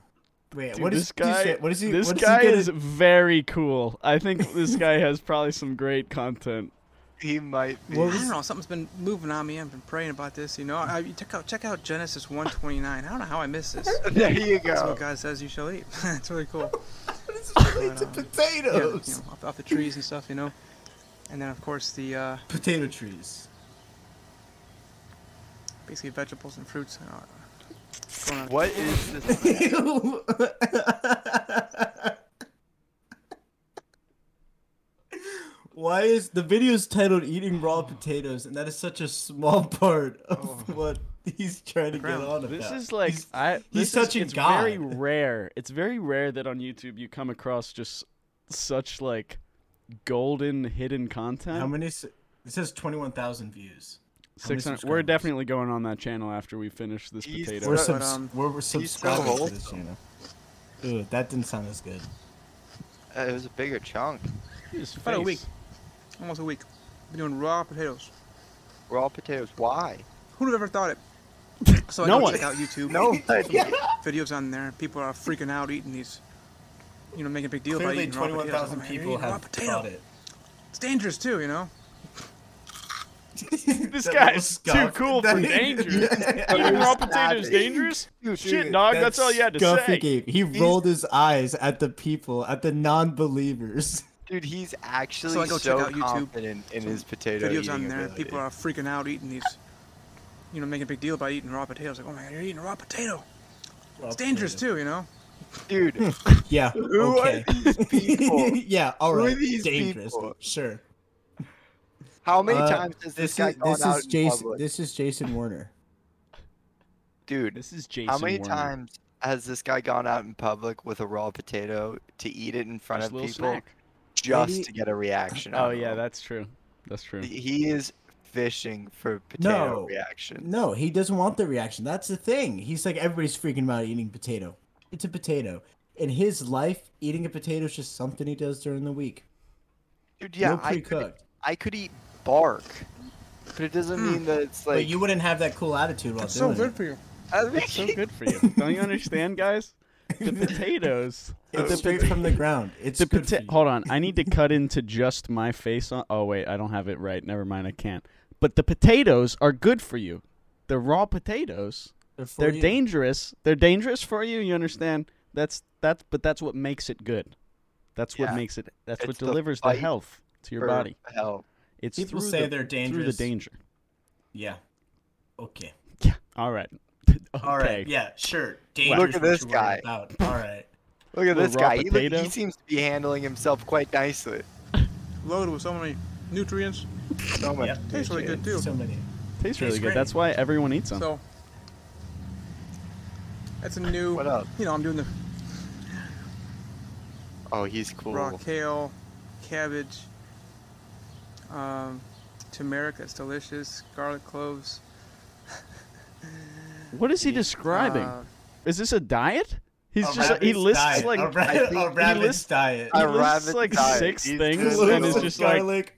[SPEAKER 4] Wait,
[SPEAKER 1] Dude,
[SPEAKER 4] what is
[SPEAKER 1] this guy?
[SPEAKER 4] Dude, what is he?
[SPEAKER 1] this
[SPEAKER 4] what is he
[SPEAKER 1] guy
[SPEAKER 4] gonna-
[SPEAKER 1] is very cool. I think this guy has probably some great content.
[SPEAKER 3] He might be.
[SPEAKER 4] What
[SPEAKER 7] I
[SPEAKER 4] was-
[SPEAKER 7] don't know. Something's been moving on me. I've been praying about this. You know, I, you check out check out Genesis 129. I don't know how I missed this.
[SPEAKER 3] There you
[SPEAKER 7] That's what
[SPEAKER 3] go.
[SPEAKER 7] God says you shall eat. That's really cool.
[SPEAKER 4] What is he gonna eat
[SPEAKER 7] But,
[SPEAKER 4] to
[SPEAKER 7] um, Yeah, you know,
[SPEAKER 4] potatoes?
[SPEAKER 7] off, off the trees and stuff. You know, and then of course the uh,
[SPEAKER 4] Potato trees.
[SPEAKER 7] basically vegetables and fruits. uh, I don't know. What's going on?
[SPEAKER 3] What is this?
[SPEAKER 4] Ew. Why is the video is titled "Eating Raw Potatoes" and that is such a small part of what he's trying to get
[SPEAKER 7] Ground.
[SPEAKER 4] on about?
[SPEAKER 1] Oh. This is like
[SPEAKER 4] He's-
[SPEAKER 1] I. this
[SPEAKER 4] he's such
[SPEAKER 1] is,
[SPEAKER 4] a
[SPEAKER 1] it's very
[SPEAKER 4] god.
[SPEAKER 1] rare. It's very rare that on YouTube you come across just such like golden hidden content.
[SPEAKER 4] how many? s- It says twenty-one thousand views. How many
[SPEAKER 1] 600 We're
[SPEAKER 4] subscribers?
[SPEAKER 1] definitely going on that channel after we finish this
[SPEAKER 3] He's-
[SPEAKER 1] potato.
[SPEAKER 4] We're,
[SPEAKER 7] But,
[SPEAKER 4] subs-
[SPEAKER 7] um,
[SPEAKER 4] we're, we're
[SPEAKER 3] so
[SPEAKER 4] subscribers to this
[SPEAKER 3] wholesome.
[SPEAKER 4] channel. Ooh, that didn't sound as good.
[SPEAKER 3] Uh, it was a bigger chunk.
[SPEAKER 1] His
[SPEAKER 7] About a
[SPEAKER 1] face.
[SPEAKER 7] week. Almost a week. Been doing raw potatoes.
[SPEAKER 3] Raw potatoes. Why?
[SPEAKER 7] Who'd have ever thought it? So I
[SPEAKER 1] No
[SPEAKER 7] go
[SPEAKER 1] one.
[SPEAKER 7] check out YouTube.
[SPEAKER 3] No.
[SPEAKER 7] videos on there. People are freaking out eating these. You know, making a big deal
[SPEAKER 4] Clearly,
[SPEAKER 7] about eating raw
[SPEAKER 4] twenty-one
[SPEAKER 7] potatoes.
[SPEAKER 4] thousand
[SPEAKER 7] I'm like,
[SPEAKER 4] people
[SPEAKER 7] "You're eating raw
[SPEAKER 4] have
[SPEAKER 7] potato.
[SPEAKER 4] caught it.
[SPEAKER 7] It's dangerous too, you know.
[SPEAKER 1] This
[SPEAKER 4] That little
[SPEAKER 1] guy's too
[SPEAKER 4] scuff.
[SPEAKER 1] cool for
[SPEAKER 4] That-
[SPEAKER 1] danger.
[SPEAKER 4] Yeah.
[SPEAKER 1] Eating raw potatoes dangerous? Shit, dog. That's all you had to
[SPEAKER 4] scuff
[SPEAKER 1] say.
[SPEAKER 4] He, gave. he rolled his eyes at the people, at the non-believers.
[SPEAKER 3] Dude, he's actually
[SPEAKER 7] So I go
[SPEAKER 3] so,
[SPEAKER 7] check out YouTube.
[SPEAKER 3] confident in his potato
[SPEAKER 7] videos
[SPEAKER 3] eating
[SPEAKER 7] on there.
[SPEAKER 3] ability.
[SPEAKER 7] People are freaking out eating these. You know, making a big deal about eating raw potatoes. Like, oh my god, you're eating a raw potato. It's dangerous too, you know.
[SPEAKER 3] Dude,
[SPEAKER 4] Yeah.
[SPEAKER 3] Who are
[SPEAKER 4] okay.
[SPEAKER 3] these people?
[SPEAKER 4] yeah. All
[SPEAKER 3] Who are
[SPEAKER 4] right.
[SPEAKER 3] these
[SPEAKER 4] dangerous.
[SPEAKER 3] people?
[SPEAKER 4] Sure.
[SPEAKER 3] how many
[SPEAKER 4] Uh,
[SPEAKER 3] times has this, guy
[SPEAKER 4] is,
[SPEAKER 3] gone
[SPEAKER 4] this
[SPEAKER 3] out
[SPEAKER 4] is
[SPEAKER 3] in
[SPEAKER 4] Jason.
[SPEAKER 3] public?
[SPEAKER 4] This is Jason Warner.
[SPEAKER 3] Dude,
[SPEAKER 1] This is Jason.
[SPEAKER 3] how many
[SPEAKER 1] Werner.
[SPEAKER 3] times has this guy gone out in public with a raw potato to eat it in front
[SPEAKER 1] Just
[SPEAKER 3] of
[SPEAKER 1] a little
[SPEAKER 3] people
[SPEAKER 1] snack.
[SPEAKER 3] just
[SPEAKER 4] Maybe-
[SPEAKER 3] to get a reaction?
[SPEAKER 1] Oh
[SPEAKER 3] out of
[SPEAKER 1] yeah,
[SPEAKER 3] them?
[SPEAKER 1] that's true. That's true.
[SPEAKER 3] he is fishing for potato
[SPEAKER 4] No.
[SPEAKER 3] reaction.
[SPEAKER 4] No, he doesn't want the reaction. That's the thing. He's like everybody's freaking about eating potato. It's a potato. In his life, eating a potato is just something he does during the week.
[SPEAKER 3] Dude, yeah,
[SPEAKER 4] no
[SPEAKER 3] I could,
[SPEAKER 4] pre-cooked. Hmm.
[SPEAKER 3] I could eat bark, but it doesn't mean that it's like
[SPEAKER 4] but you wouldn't have that cool attitude while
[SPEAKER 7] It's so
[SPEAKER 4] doing
[SPEAKER 7] good
[SPEAKER 4] it.
[SPEAKER 7] for you.
[SPEAKER 3] I think
[SPEAKER 1] so good for you. Don't you understand, guys? The potatoes.
[SPEAKER 4] It's straight from the ground. It's
[SPEAKER 1] The
[SPEAKER 4] good for
[SPEAKER 1] pota-
[SPEAKER 4] you.
[SPEAKER 1] Hold on, I need to cut into just my face. On- oh wait, I don't have it right. Never mind, I can't. But the potatoes are good for you. The raw potatoes.
[SPEAKER 4] They're, for
[SPEAKER 1] They're
[SPEAKER 4] you.
[SPEAKER 1] dangerous. They're dangerous for you. You understand? That's that's. But that's what makes it good. That's what
[SPEAKER 3] Yeah.
[SPEAKER 1] makes it. That's what
[SPEAKER 3] It's the
[SPEAKER 1] delivers the
[SPEAKER 3] fight
[SPEAKER 1] health to your
[SPEAKER 3] for
[SPEAKER 1] body.
[SPEAKER 3] Hell,
[SPEAKER 1] It's
[SPEAKER 4] People
[SPEAKER 1] through
[SPEAKER 4] say
[SPEAKER 1] the,
[SPEAKER 4] they're
[SPEAKER 1] through the
[SPEAKER 4] dangerous.
[SPEAKER 1] danger.
[SPEAKER 4] Yeah. Okay.
[SPEAKER 1] Yeah. All right. okay.
[SPEAKER 4] All right. Yeah. Sure.
[SPEAKER 3] Look
[SPEAKER 4] Dangerous.
[SPEAKER 3] at
[SPEAKER 4] what
[SPEAKER 3] this
[SPEAKER 4] you're worried
[SPEAKER 3] guy.
[SPEAKER 4] about. All right.
[SPEAKER 3] look at
[SPEAKER 1] Little
[SPEAKER 3] this
[SPEAKER 1] raw
[SPEAKER 3] guy. He, look-
[SPEAKER 1] potato.
[SPEAKER 3] he seems to be handling himself quite nicely.
[SPEAKER 7] Loaded with so many nutrients.
[SPEAKER 3] So much.
[SPEAKER 4] Yep.
[SPEAKER 7] Tastes really good too.
[SPEAKER 4] So many.
[SPEAKER 1] Tastes really
[SPEAKER 4] Tastes
[SPEAKER 1] good.
[SPEAKER 4] great.
[SPEAKER 1] That's why everyone eats them.
[SPEAKER 7] So that's a new.
[SPEAKER 3] What else?
[SPEAKER 7] You know, I'm doing the
[SPEAKER 3] Oh, he's cool.
[SPEAKER 7] raw kale, cabbage, um, turmeric. That's delicious. Garlic cloves.
[SPEAKER 1] What is he describing?
[SPEAKER 7] Uh,
[SPEAKER 1] is this a diet? He's
[SPEAKER 4] A
[SPEAKER 1] just he
[SPEAKER 4] rabbit's
[SPEAKER 1] lists
[SPEAKER 4] diet.
[SPEAKER 1] like
[SPEAKER 4] a,
[SPEAKER 3] I
[SPEAKER 4] ra-
[SPEAKER 3] think
[SPEAKER 4] a
[SPEAKER 3] he
[SPEAKER 4] rabbit's
[SPEAKER 1] lists-
[SPEAKER 4] diet.
[SPEAKER 1] he
[SPEAKER 3] A
[SPEAKER 1] lists
[SPEAKER 3] rabbit
[SPEAKER 1] like
[SPEAKER 3] diet.
[SPEAKER 1] six
[SPEAKER 3] He's
[SPEAKER 1] things,
[SPEAKER 3] doing
[SPEAKER 1] and
[SPEAKER 3] the
[SPEAKER 1] it's
[SPEAKER 3] whole
[SPEAKER 1] just like,
[SPEAKER 4] garlic.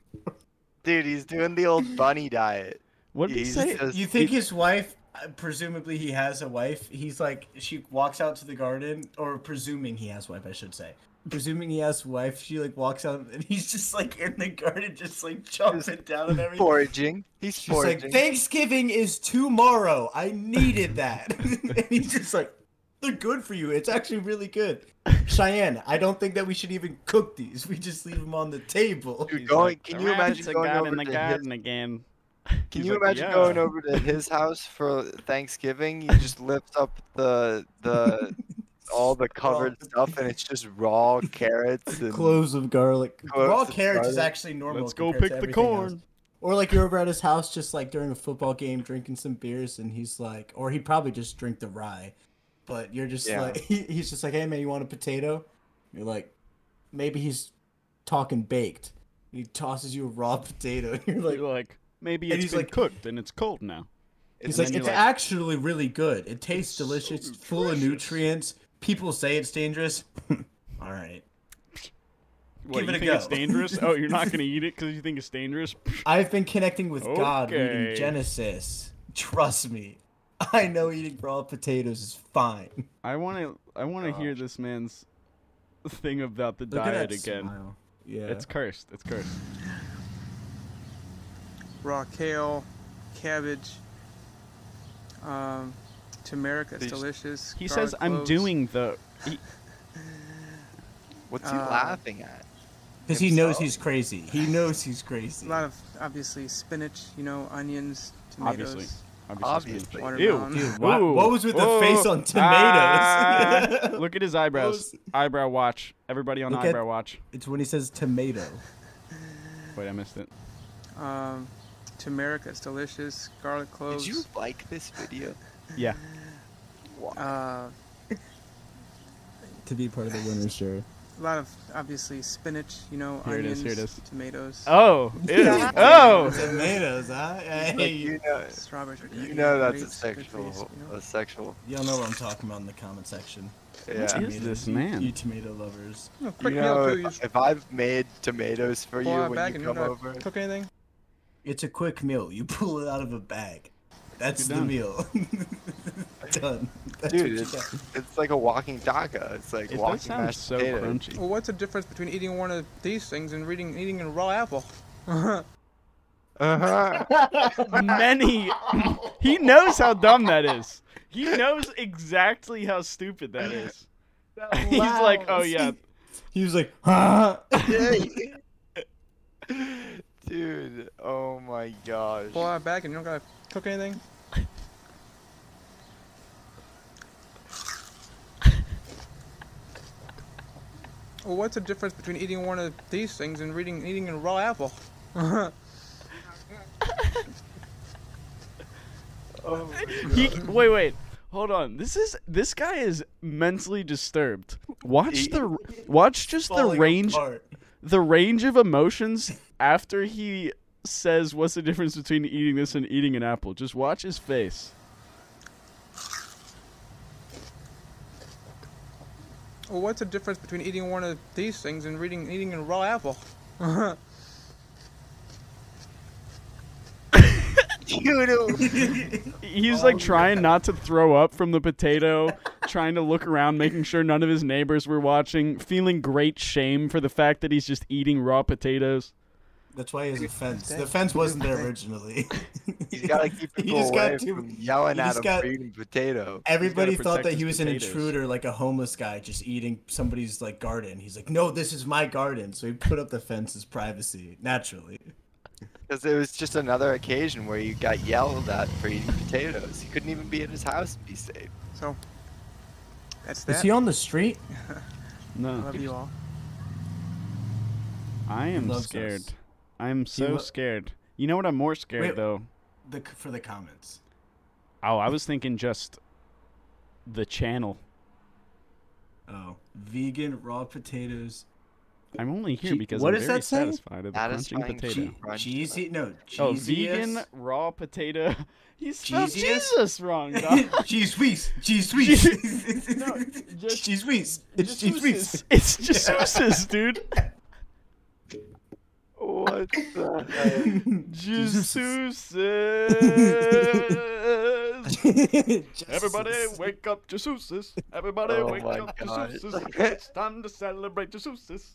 [SPEAKER 3] Dude, he's doing the old bunny diet.
[SPEAKER 1] what did he
[SPEAKER 3] He's
[SPEAKER 1] say?
[SPEAKER 3] just-
[SPEAKER 4] You think his wife? uh, Presumably, he has a wife. He's like she walks out to the garden, or presuming he has wife, I should say. Presuming he has wife, she like walks out, and he's just like in the garden, just like jumping down and everything.
[SPEAKER 3] foraging. He's
[SPEAKER 4] She's
[SPEAKER 3] foraging.
[SPEAKER 4] like, Thanksgiving is tomorrow. I needed that. and he's just like, they're good for you. It's actually really good. Cheyenne, I don't think that we should even cook these. We just leave them on the table.
[SPEAKER 3] Dude,
[SPEAKER 1] He's
[SPEAKER 3] going-
[SPEAKER 1] like,
[SPEAKER 3] can
[SPEAKER 1] "The
[SPEAKER 3] you
[SPEAKER 1] rabbits
[SPEAKER 3] imagine
[SPEAKER 1] are
[SPEAKER 3] going
[SPEAKER 1] gone
[SPEAKER 3] over
[SPEAKER 1] in the
[SPEAKER 3] to his-
[SPEAKER 1] garden again?
[SPEAKER 3] Can
[SPEAKER 1] He's
[SPEAKER 3] you
[SPEAKER 1] like,
[SPEAKER 3] imagine
[SPEAKER 1] "Yeah."
[SPEAKER 3] going over to his house for Thanksgiving? He just lifts up the the all the covered stuff, and it's just raw carrots and
[SPEAKER 4] Cloves of garlic.
[SPEAKER 3] Cloves
[SPEAKER 4] Raw
[SPEAKER 3] of
[SPEAKER 4] carrots is
[SPEAKER 3] garlic.
[SPEAKER 4] actually normal.
[SPEAKER 1] Let's go
[SPEAKER 4] compared
[SPEAKER 1] pick
[SPEAKER 4] to
[SPEAKER 1] the
[SPEAKER 4] everything else.
[SPEAKER 1] corn.
[SPEAKER 4] Or like you're over at his house, just like during a football game, drinking some beers, and he's like, or he probably just drink the rye, but you're just
[SPEAKER 3] Yeah.
[SPEAKER 4] like, he, he's just like, hey man, you want a potato? You're like, maybe he's talking baked. And he tosses you a raw potato, and you're like,
[SPEAKER 1] Like, maybe
[SPEAKER 4] And
[SPEAKER 1] it's
[SPEAKER 4] he's
[SPEAKER 1] been
[SPEAKER 4] like-
[SPEAKER 1] cooked and it's cold now. and
[SPEAKER 4] he's like,
[SPEAKER 1] then
[SPEAKER 4] it's
[SPEAKER 1] you're like-
[SPEAKER 4] actually really good. It tastes delicious. It's full of nutrients. People say it's dangerous. All right,
[SPEAKER 1] What,
[SPEAKER 4] Give
[SPEAKER 1] you
[SPEAKER 4] it a
[SPEAKER 1] think it's
[SPEAKER 4] go.
[SPEAKER 1] dangerous? oh, you're not gonna eat it because you think it's dangerous?
[SPEAKER 4] I've been connecting with God
[SPEAKER 1] Okay.
[SPEAKER 4] reading Genesis. Trust me, I know eating raw potatoes is fine.
[SPEAKER 1] I want to. I want to hear this man's thing about the
[SPEAKER 4] Look at
[SPEAKER 1] diet
[SPEAKER 4] that
[SPEAKER 1] again.
[SPEAKER 4] smile. Yeah.
[SPEAKER 1] It's cursed. It's cursed.
[SPEAKER 7] raw kale, cabbage, um, turmeric. That's
[SPEAKER 3] They just-
[SPEAKER 7] delicious.
[SPEAKER 1] He
[SPEAKER 7] garlic
[SPEAKER 1] says, "I'm
[SPEAKER 7] cloves."
[SPEAKER 1] doing the." He,
[SPEAKER 3] what's he
[SPEAKER 1] Ah,
[SPEAKER 7] Uh,
[SPEAKER 3] laughing at?
[SPEAKER 4] because he knows
[SPEAKER 3] himself.
[SPEAKER 4] he's crazy. He knows he's
[SPEAKER 7] a
[SPEAKER 4] crazy.
[SPEAKER 7] lot of obviously spinach. You know, onions, tomatoes.
[SPEAKER 1] Obviously.
[SPEAKER 3] Obviously.
[SPEAKER 1] Spanish.
[SPEAKER 7] Watermelon.
[SPEAKER 1] Ew.
[SPEAKER 7] Dude,
[SPEAKER 4] wha-
[SPEAKER 1] Ooh.
[SPEAKER 4] what was with the face on tomatoes?
[SPEAKER 1] Ah. look at his eyebrows.
[SPEAKER 4] was-
[SPEAKER 1] Eyebrow watch. Everybody on
[SPEAKER 4] Look at-
[SPEAKER 1] eyebrow watch.
[SPEAKER 4] It's when he says tomato.
[SPEAKER 1] Wait, I missed it.
[SPEAKER 7] Um, turmeric. That's delicious. Garlic cloves.
[SPEAKER 3] Did you like this video?
[SPEAKER 1] Yeah.
[SPEAKER 3] Wow.
[SPEAKER 7] Uh,
[SPEAKER 4] To be part of the winner's jury.
[SPEAKER 7] a lot of obviously spinach. You know,
[SPEAKER 1] Here it
[SPEAKER 7] onions,
[SPEAKER 1] is, here it is.
[SPEAKER 7] tomatoes.
[SPEAKER 1] Oh. Ew. oh.
[SPEAKER 4] Tomatoes, huh?
[SPEAKER 3] Like, you know,
[SPEAKER 7] Strawberries are good.
[SPEAKER 3] you know that's a
[SPEAKER 7] grapes, good for you,
[SPEAKER 3] sexual,
[SPEAKER 7] you know?
[SPEAKER 3] a sexual.
[SPEAKER 4] Y'all know what I'm talking about in the comment section.
[SPEAKER 3] Yeah.
[SPEAKER 1] is this man?
[SPEAKER 4] You tomato lovers.
[SPEAKER 7] No,
[SPEAKER 3] Oh, You
[SPEAKER 7] quick meal
[SPEAKER 3] know,
[SPEAKER 7] too. You
[SPEAKER 3] if,
[SPEAKER 7] just
[SPEAKER 3] if I've made tomatoes for you
[SPEAKER 7] pull out a
[SPEAKER 3] when
[SPEAKER 7] bag
[SPEAKER 3] you
[SPEAKER 7] and you
[SPEAKER 3] come
[SPEAKER 7] don't
[SPEAKER 3] over,
[SPEAKER 7] cook anything.
[SPEAKER 4] It's a quick meal. You pull it out of a bag. That's
[SPEAKER 1] You're
[SPEAKER 4] the
[SPEAKER 1] done.
[SPEAKER 4] meal. done. That's what
[SPEAKER 3] dude,
[SPEAKER 4] you
[SPEAKER 3] it's,
[SPEAKER 4] got.
[SPEAKER 3] it's like a walking taco. It's like
[SPEAKER 1] It does
[SPEAKER 3] walking
[SPEAKER 1] sound
[SPEAKER 3] mashed
[SPEAKER 1] so
[SPEAKER 3] potatoes.
[SPEAKER 1] crunchy.
[SPEAKER 7] Well, what's the difference between eating one of these things and reading, eating a raw apple?
[SPEAKER 3] Uh-huh.
[SPEAKER 1] Many. he knows how dumb that is. He knows exactly how stupid that is. He's like, oh yeah,
[SPEAKER 4] He was like, huh?
[SPEAKER 3] Yeah, you- Dude, oh my gosh.
[SPEAKER 7] Pull out a bag and you don't gotta cook anything. well, what's the difference between eating one of these things and reading, eating a raw apple?
[SPEAKER 1] He wait, wait, hold on. This is this guy is mentally disturbed. Watch
[SPEAKER 3] He-
[SPEAKER 1] the watch just the
[SPEAKER 4] Falling
[SPEAKER 1] range
[SPEAKER 4] apart.
[SPEAKER 1] the range of emotions after he says what's the difference between eating this and eating an apple. Just watch his face.
[SPEAKER 7] Well, what's the difference between eating one of these things and reading, eating a raw apple?
[SPEAKER 1] He's
[SPEAKER 4] Oh,
[SPEAKER 1] like trying not to throw up from the potato, trying to look around, making sure none of his neighbors were watching, feeling great shame for the fact that he's just eating raw potatoes.
[SPEAKER 4] That's why he has a fence. The fence wasn't there originally.
[SPEAKER 3] He's gotta keep
[SPEAKER 4] He
[SPEAKER 3] people
[SPEAKER 4] just got
[SPEAKER 3] away
[SPEAKER 4] too-
[SPEAKER 3] from yelling
[SPEAKER 4] he
[SPEAKER 3] at
[SPEAKER 4] just
[SPEAKER 3] him
[SPEAKER 4] got-
[SPEAKER 3] for eating potato.
[SPEAKER 4] Everybody thought
[SPEAKER 1] protect
[SPEAKER 4] that
[SPEAKER 1] his
[SPEAKER 4] he was
[SPEAKER 1] potatoes.
[SPEAKER 4] an intruder, like a homeless guy just eating somebody's like garden. He's like, "No, this is my garden." So he put up the fence as privacy naturally.
[SPEAKER 3] Because it was just another occasion where you got yelled at for eating potatoes. He couldn't even be at his house to be safe.
[SPEAKER 7] So, that's
[SPEAKER 4] Is
[SPEAKER 7] that.
[SPEAKER 4] he on the street?
[SPEAKER 7] I
[SPEAKER 1] No,
[SPEAKER 7] love you all.
[SPEAKER 1] I am
[SPEAKER 4] loves us.
[SPEAKER 1] scared. I am so
[SPEAKER 4] lo-
[SPEAKER 1] scared. You know what? I'm more scared
[SPEAKER 4] Wait.
[SPEAKER 1] though.
[SPEAKER 4] The for the comments.
[SPEAKER 1] Oh, I was thinking just the channel.
[SPEAKER 4] Oh, vegan raw potatoes
[SPEAKER 1] I'm only here
[SPEAKER 4] Gee-
[SPEAKER 1] because
[SPEAKER 4] what
[SPEAKER 1] I'm
[SPEAKER 4] does
[SPEAKER 1] very
[SPEAKER 4] that say?
[SPEAKER 1] satisfied of the crunching
[SPEAKER 3] Satisfying
[SPEAKER 1] potato.
[SPEAKER 3] cheese crunch.
[SPEAKER 4] Cheesy? No,
[SPEAKER 1] Oh,
[SPEAKER 4] cheesiest-
[SPEAKER 1] vegan raw potato. He spelled
[SPEAKER 4] Cheesiest?
[SPEAKER 1] Jesus wrong, dog.
[SPEAKER 4] cheese whiz, cheese whiz,
[SPEAKER 1] No, just-
[SPEAKER 4] cheese whiz, it's cheese
[SPEAKER 1] Jesus.
[SPEAKER 4] whiz.
[SPEAKER 1] It's Jesus, dude.
[SPEAKER 3] What the
[SPEAKER 1] Jesus. Everybody wake up, Jesus. Everybody
[SPEAKER 3] Oh
[SPEAKER 1] wake
[SPEAKER 3] my
[SPEAKER 1] up,
[SPEAKER 3] God.
[SPEAKER 1] Jesus. It's time to celebrate Jesus.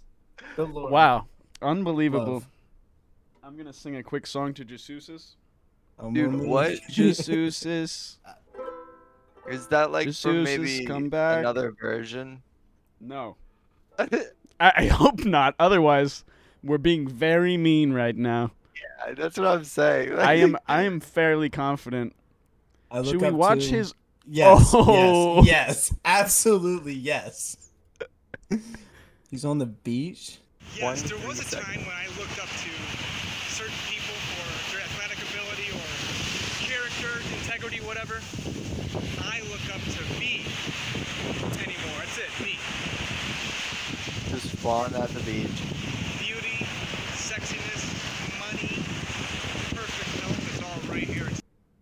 [SPEAKER 4] The Lord
[SPEAKER 1] Wow. Unbelievable.
[SPEAKER 4] Love.
[SPEAKER 1] I'm going to sing a quick song to Jesus.
[SPEAKER 4] I'm
[SPEAKER 3] Dude,
[SPEAKER 4] only-
[SPEAKER 3] what?
[SPEAKER 1] Jesus.
[SPEAKER 3] Is that like for
[SPEAKER 1] Jesus,
[SPEAKER 3] maybe
[SPEAKER 1] come back.
[SPEAKER 3] another version?
[SPEAKER 1] No.
[SPEAKER 3] Yeah,
[SPEAKER 1] I, I hope not. Otherwise, we're being very mean right now.
[SPEAKER 3] That's what I'm saying.
[SPEAKER 1] I am I am fairly confident.
[SPEAKER 4] I look
[SPEAKER 1] Should we
[SPEAKER 4] up
[SPEAKER 1] watch
[SPEAKER 4] to-
[SPEAKER 1] his
[SPEAKER 4] Yes,
[SPEAKER 1] Oh.
[SPEAKER 4] yes, yes, absolutely yes. He's on the beach.
[SPEAKER 8] Yes,
[SPEAKER 3] One
[SPEAKER 8] there was a
[SPEAKER 3] thing
[SPEAKER 8] time when I looked up to certain people for their athletic ability or character, integrity, whatever. I look up to me anymore. That's it, me.
[SPEAKER 3] just falling at the beach.
[SPEAKER 8] Beauty, sexiness, money, perfect health, it's all right here.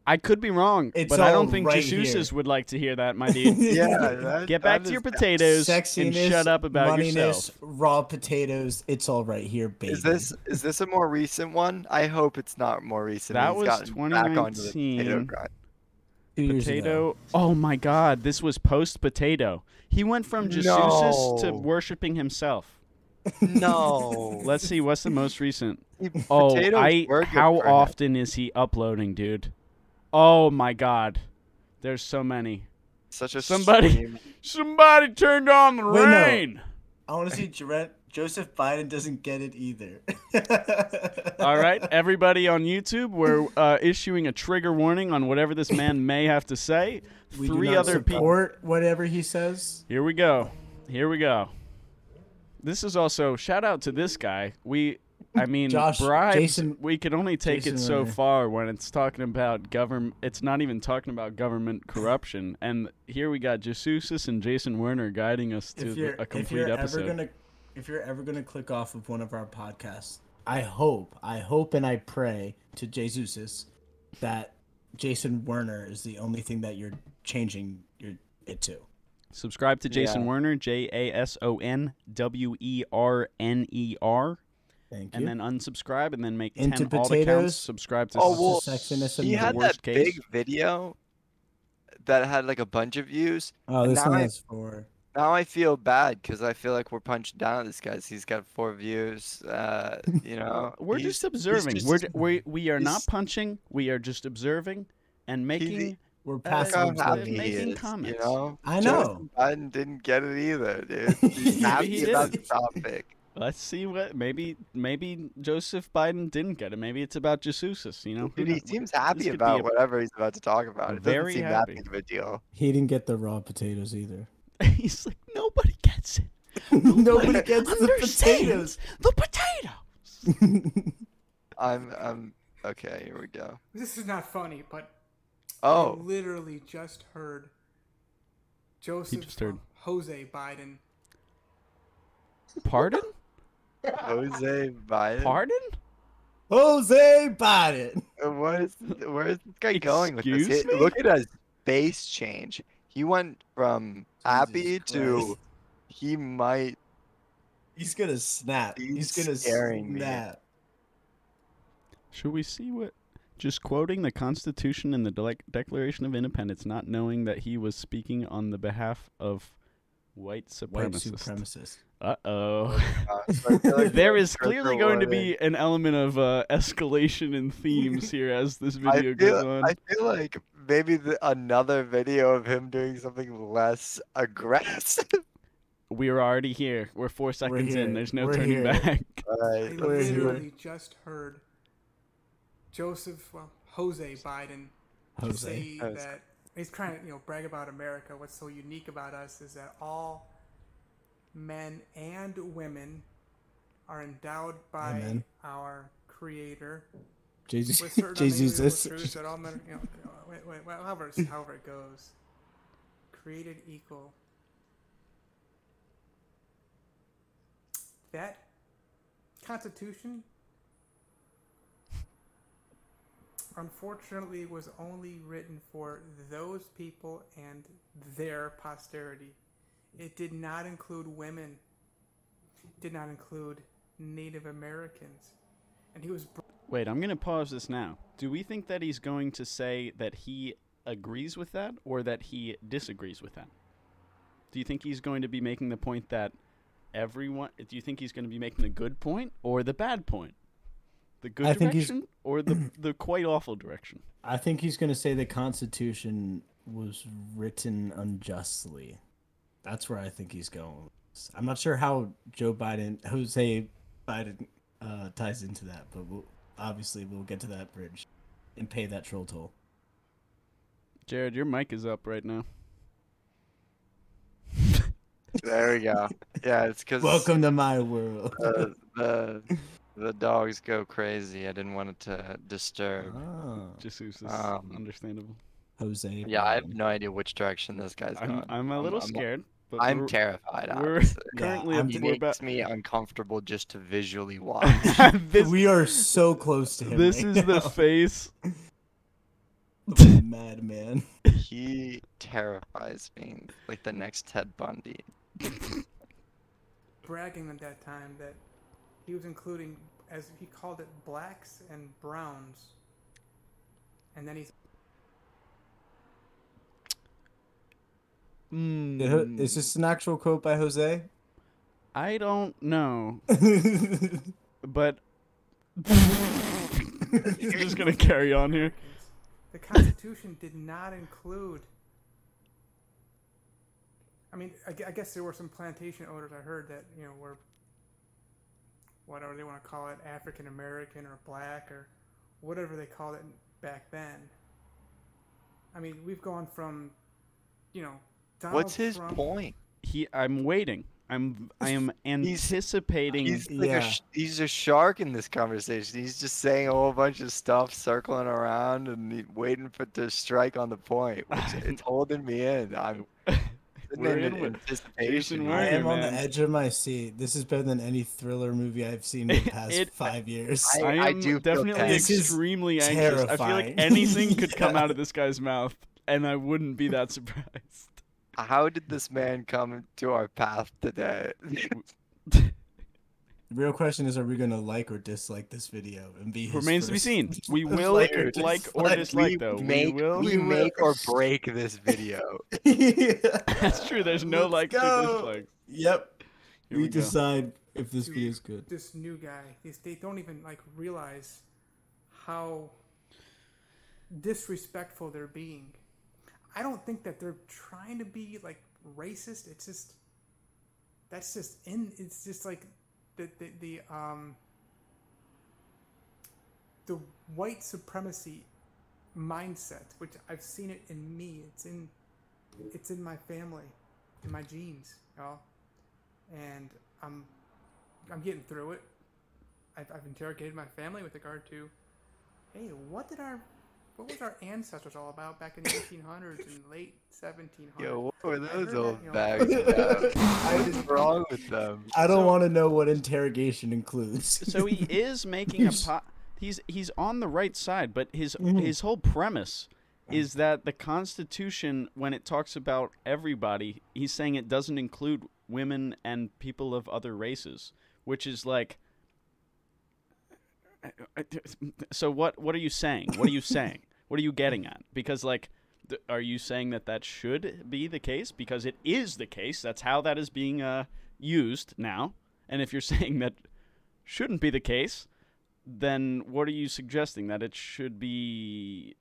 [SPEAKER 1] I could be wrong,
[SPEAKER 4] It's
[SPEAKER 1] but I
[SPEAKER 4] all
[SPEAKER 1] don't think
[SPEAKER 4] right
[SPEAKER 1] Jesus
[SPEAKER 4] here.
[SPEAKER 1] would like to hear that, my dude.
[SPEAKER 3] that-
[SPEAKER 1] Get back
[SPEAKER 3] that
[SPEAKER 1] to your
[SPEAKER 3] is-
[SPEAKER 1] potatoes and
[SPEAKER 4] Sexiness,
[SPEAKER 1] shut up about
[SPEAKER 4] moneyness,
[SPEAKER 1] yourself.
[SPEAKER 4] raw potatoes. It's all right here, baby.
[SPEAKER 3] Is this is this a more recent one? I hope it's not more recent.
[SPEAKER 1] That
[SPEAKER 3] He's
[SPEAKER 1] was
[SPEAKER 3] gotten back onto the potato
[SPEAKER 1] 2019.
[SPEAKER 3] grind.
[SPEAKER 4] Two years ago.
[SPEAKER 1] Potato. Oh my God, this was post potato. He went from Jesus to
[SPEAKER 3] No.
[SPEAKER 1] worshiping himself.
[SPEAKER 3] No.
[SPEAKER 1] Let's see, what's the most recent?
[SPEAKER 3] Potatoes
[SPEAKER 1] Oh, I,
[SPEAKER 3] were good
[SPEAKER 1] how
[SPEAKER 3] for him.
[SPEAKER 1] often is he uploading, dude? Oh my God, there's so many.
[SPEAKER 3] Such a
[SPEAKER 1] somebody-
[SPEAKER 3] stream.
[SPEAKER 1] Somebody turned on the
[SPEAKER 4] Wait, no.
[SPEAKER 1] rain.
[SPEAKER 4] I want to see Jure- Joseph Biden doesn't get it either.
[SPEAKER 1] All right, everybody on YouTube, we're uh, issuing a trigger warning on whatever this man may have to say.
[SPEAKER 4] we
[SPEAKER 1] Three
[SPEAKER 4] do not
[SPEAKER 1] other people.
[SPEAKER 4] support whatever he says.
[SPEAKER 1] Here we go. Here we go. This is also shout out to this guy. We, I mean,
[SPEAKER 4] Josh-
[SPEAKER 1] bribes.
[SPEAKER 4] Jason-
[SPEAKER 1] we can only take
[SPEAKER 4] Jason
[SPEAKER 1] it so
[SPEAKER 4] Renner.
[SPEAKER 1] far when it's talking about government. It's not even talking about government corruption. And here we got Jesus and Jason Werner guiding us to
[SPEAKER 4] If
[SPEAKER 1] the-
[SPEAKER 4] you're,
[SPEAKER 1] a
[SPEAKER 4] if
[SPEAKER 1] complete
[SPEAKER 4] you're
[SPEAKER 1] episode.
[SPEAKER 4] ever gonna, if you're ever gonna click off of one of our podcasts, I hope, I hope, and I pray to Jesus that Jason Werner is the only thing that you're changing your it to.
[SPEAKER 1] Subscribe to Jason
[SPEAKER 3] Yeah.
[SPEAKER 1] Werner, J A S O N W E R N E R,
[SPEAKER 4] Thank you.
[SPEAKER 1] and then unsubscribe, and then make
[SPEAKER 4] Into
[SPEAKER 1] ten alt accounts.
[SPEAKER 4] potatoes.
[SPEAKER 1] Subscribe to.
[SPEAKER 3] Oh,
[SPEAKER 1] s-
[SPEAKER 3] well,
[SPEAKER 4] sexiness and
[SPEAKER 3] He
[SPEAKER 4] the
[SPEAKER 3] had
[SPEAKER 1] worst
[SPEAKER 3] that
[SPEAKER 1] case.
[SPEAKER 3] big video that had like a bunch of views.
[SPEAKER 4] oh, this
[SPEAKER 3] now
[SPEAKER 4] one
[SPEAKER 3] I-
[SPEAKER 4] is for.
[SPEAKER 3] Now I feel bad because I feel like we're punching down at this guy. 'cause He's got four views. Uh, you know,
[SPEAKER 1] We're
[SPEAKER 3] he's-
[SPEAKER 1] just observing.
[SPEAKER 3] just-
[SPEAKER 1] We're j- we we are not
[SPEAKER 3] he's-
[SPEAKER 1] punching. We are just observing and making.
[SPEAKER 4] We're
[SPEAKER 3] Look
[SPEAKER 4] passing.
[SPEAKER 3] how
[SPEAKER 4] him to
[SPEAKER 3] happy
[SPEAKER 4] the
[SPEAKER 3] he
[SPEAKER 1] making
[SPEAKER 4] next.
[SPEAKER 3] is,
[SPEAKER 1] comments.
[SPEAKER 3] You know?
[SPEAKER 4] I
[SPEAKER 3] Joseph
[SPEAKER 4] know.
[SPEAKER 3] Biden didn't get it either, dude. He's
[SPEAKER 4] Maybe
[SPEAKER 3] happy
[SPEAKER 1] he
[SPEAKER 3] about the
[SPEAKER 4] didn't.
[SPEAKER 3] topic.
[SPEAKER 1] Let's see what maybe maybe Joseph Biden didn't get it. Maybe it's about Jesus. You know, who
[SPEAKER 3] Dude, he
[SPEAKER 1] knows?
[SPEAKER 3] seems
[SPEAKER 1] This
[SPEAKER 3] happy
[SPEAKER 1] could be
[SPEAKER 3] about
[SPEAKER 1] a-
[SPEAKER 3] whatever he's about to talk about. It doesn't
[SPEAKER 1] very
[SPEAKER 3] seem
[SPEAKER 1] happy.
[SPEAKER 3] that big of a deal.
[SPEAKER 4] He didn't get the raw potatoes either.
[SPEAKER 1] he's like nobody gets it.
[SPEAKER 4] Nobody gets the
[SPEAKER 1] understands
[SPEAKER 4] potatoes.
[SPEAKER 1] the potato.
[SPEAKER 3] I'm, I'm okay. Here we go.
[SPEAKER 9] This is not funny, but I
[SPEAKER 3] Oh,
[SPEAKER 9] literally just heard Joseph
[SPEAKER 1] just heard.
[SPEAKER 9] Jose Biden.
[SPEAKER 1] Pardon?
[SPEAKER 3] Jose Biden.
[SPEAKER 1] Pardon?
[SPEAKER 4] Jose Biden.
[SPEAKER 3] What is where is this guy going with this?
[SPEAKER 1] Excuse
[SPEAKER 3] He- Look at his face change. He went from happy
[SPEAKER 4] Jesus
[SPEAKER 3] to
[SPEAKER 4] Christ.
[SPEAKER 3] he might.
[SPEAKER 4] He's gonna snap.
[SPEAKER 3] He's
[SPEAKER 4] He's, gonna
[SPEAKER 3] scaring me.
[SPEAKER 4] snap.
[SPEAKER 1] Should we see what? Just quoting the Constitution and the Dele- Declaration of Independence, not knowing that he was speaking on the behalf of white
[SPEAKER 4] White
[SPEAKER 1] supremacists.
[SPEAKER 4] supremacist.
[SPEAKER 1] uh oh.
[SPEAKER 3] Uh, so I feel like
[SPEAKER 1] There
[SPEAKER 3] we're
[SPEAKER 1] is clearly
[SPEAKER 3] circle
[SPEAKER 1] going to
[SPEAKER 3] warning.
[SPEAKER 1] be an element of uh, escalation in themes here as this
[SPEAKER 3] I
[SPEAKER 1] video goes
[SPEAKER 3] feel,
[SPEAKER 1] on.
[SPEAKER 3] I feel like maybe the, another video of him doing something less aggressive.
[SPEAKER 1] We're already here. We're four seconds in.
[SPEAKER 4] here.
[SPEAKER 1] There's no
[SPEAKER 4] We're
[SPEAKER 1] turning
[SPEAKER 4] here.
[SPEAKER 1] back.
[SPEAKER 9] I
[SPEAKER 3] Alright, let's see what-
[SPEAKER 9] literally just heard Joseph, well, Jose Biden
[SPEAKER 4] Jose.
[SPEAKER 9] say
[SPEAKER 3] Jose.
[SPEAKER 9] that he's trying to, you know, brag about America. What's so unique about us is that all men and women are endowed by
[SPEAKER 4] Amen.
[SPEAKER 9] our Creator with
[SPEAKER 4] Jesus.
[SPEAKER 9] certain
[SPEAKER 4] Jesus.
[SPEAKER 9] unalienable truths that all men, you know, wait, wait, well, however, it's- however it goes, created equal. That Constitution, unfortunately, was only written for those people and their posterity. It did not include women. It did not include Native Americans, and he was. Br-
[SPEAKER 1] Wait, I'm going to pause this now. Do we think that he's going to say that he agrees with that or that he disagrees with that? Do you think he's going to be making the point that everyone. Do you think he's going to be making the good point or the bad point? The good
[SPEAKER 4] I think he's-
[SPEAKER 1] direction or the, the quite awful direction?
[SPEAKER 4] I think he's going to say the Constitution was written unjustly. That's where I think he's going. with this. I'm not sure how Joe Biden, Jose Biden, uh, ties into that, but we'll, obviously we'll get to that bridge and pay that troll toll.
[SPEAKER 1] Jared, your mic is up right now.
[SPEAKER 3] There we go. Yeah, it's because
[SPEAKER 4] Welcome to my world.
[SPEAKER 1] Uh,
[SPEAKER 3] the, the the dogs go crazy. I didn't want it to disturb.
[SPEAKER 4] Ah,
[SPEAKER 1] Just is
[SPEAKER 3] Um,
[SPEAKER 1] understandable.
[SPEAKER 4] Jose.
[SPEAKER 3] Yeah, I have
[SPEAKER 4] Biden.
[SPEAKER 3] no idea which direction this guy's
[SPEAKER 1] I'm,
[SPEAKER 3] going.
[SPEAKER 1] I'm a little
[SPEAKER 3] I'm-
[SPEAKER 1] scared. But
[SPEAKER 3] I'm
[SPEAKER 1] we're-
[SPEAKER 3] terrified.
[SPEAKER 1] we're-
[SPEAKER 3] honestly.
[SPEAKER 1] Currently,
[SPEAKER 4] Yeah,
[SPEAKER 1] ab-
[SPEAKER 4] I'm-
[SPEAKER 3] He
[SPEAKER 1] we're
[SPEAKER 3] makes
[SPEAKER 1] about.
[SPEAKER 3] me uncomfortable just to visually watch.
[SPEAKER 1] this
[SPEAKER 4] we are so close to him.
[SPEAKER 1] this is
[SPEAKER 4] right now.
[SPEAKER 1] the face.
[SPEAKER 4] the madman.
[SPEAKER 3] he terrifies me, like the next Ted Bundy.
[SPEAKER 9] bragging at that time that he was including, as he called it, blacks and browns. And then he's
[SPEAKER 1] Hmm.
[SPEAKER 4] Is this an actual quote by Jose?
[SPEAKER 1] I don't know, but I'm just gonna carry on here.
[SPEAKER 9] the Constitution did not include. I mean, I, gue- I guess there were some plantation owners I heard that you know were whatever they want to call it, African American or black or whatever they called it back then. I mean, we've gone from, you know, Donald
[SPEAKER 3] What's his
[SPEAKER 9] Trump-
[SPEAKER 3] point?
[SPEAKER 1] He, I'm waiting. I'm, I am anticipating.
[SPEAKER 3] He's like
[SPEAKER 4] Yeah.
[SPEAKER 3] a sh- he's a shark in this conversation. He's just saying a whole bunch of stuff, circling around and he- waiting for it to strike on the point. Which it's holding me in. I'm sitting
[SPEAKER 1] We're
[SPEAKER 3] in,
[SPEAKER 1] in with
[SPEAKER 3] anticipation.
[SPEAKER 1] Jason
[SPEAKER 4] I
[SPEAKER 1] Warner,
[SPEAKER 3] man.
[SPEAKER 4] am on the
[SPEAKER 1] man.
[SPEAKER 4] edge of my seat. This is better than any thriller movie I've seen in the past
[SPEAKER 1] It-
[SPEAKER 4] five years.
[SPEAKER 3] I-
[SPEAKER 1] I am
[SPEAKER 3] do feel
[SPEAKER 1] definitely
[SPEAKER 3] bad. This
[SPEAKER 4] is
[SPEAKER 1] extremely anxious. I feel like
[SPEAKER 4] terrifying.
[SPEAKER 1] anything could come
[SPEAKER 4] Yeah.
[SPEAKER 1] out of this guy's mouth, and I wouldn't be that surprised.
[SPEAKER 3] How did this man come to our path today?
[SPEAKER 4] the real question is: Are we going to like or dislike this video? And be his
[SPEAKER 1] Remains to be
[SPEAKER 4] first-
[SPEAKER 1] seen. We
[SPEAKER 4] first
[SPEAKER 1] will
[SPEAKER 4] like
[SPEAKER 1] like or,
[SPEAKER 4] dislike.
[SPEAKER 1] dislike, though.
[SPEAKER 3] make,
[SPEAKER 1] we will.
[SPEAKER 3] we make or break this video.
[SPEAKER 1] That's true. There's no
[SPEAKER 4] Let's
[SPEAKER 1] like or
[SPEAKER 4] go.
[SPEAKER 1] dislike.
[SPEAKER 4] Yep.
[SPEAKER 1] Here
[SPEAKER 4] we
[SPEAKER 1] we go.
[SPEAKER 4] decide if this video is good.
[SPEAKER 9] this new guy. These they don't even like realize how disrespectful they're being. I don't think that they're trying to be like racist. It's just that's just in. It's just like the the, the um the white supremacy mindset, which I've seen it in me. It's in it's in my family, in my genes, y'all. And I'm I'm getting through it. I've, I've interrogated my family with regard to, hey, what did our, what was our ancestors all about back in the 1800s and late 1700s?
[SPEAKER 3] Yo, what were
[SPEAKER 9] I heard
[SPEAKER 3] those
[SPEAKER 9] that,
[SPEAKER 3] old
[SPEAKER 9] you know,
[SPEAKER 3] bags about? What is wrong with them?
[SPEAKER 4] I don't want to know what interrogation includes.
[SPEAKER 1] So he is making a po- he's he's on the right side, but his his whole premise is that the Constitution, when it talks about everybody, he's saying it doesn't include women and people of other races, which is like. So what? What are you saying? What are you saying? what are you getting at? Because like, th- are you saying that that should be the case? Because it is the case. That's how that is being uh, used now. And if you're saying that shouldn't be the case, then what are you suggesting that it should be?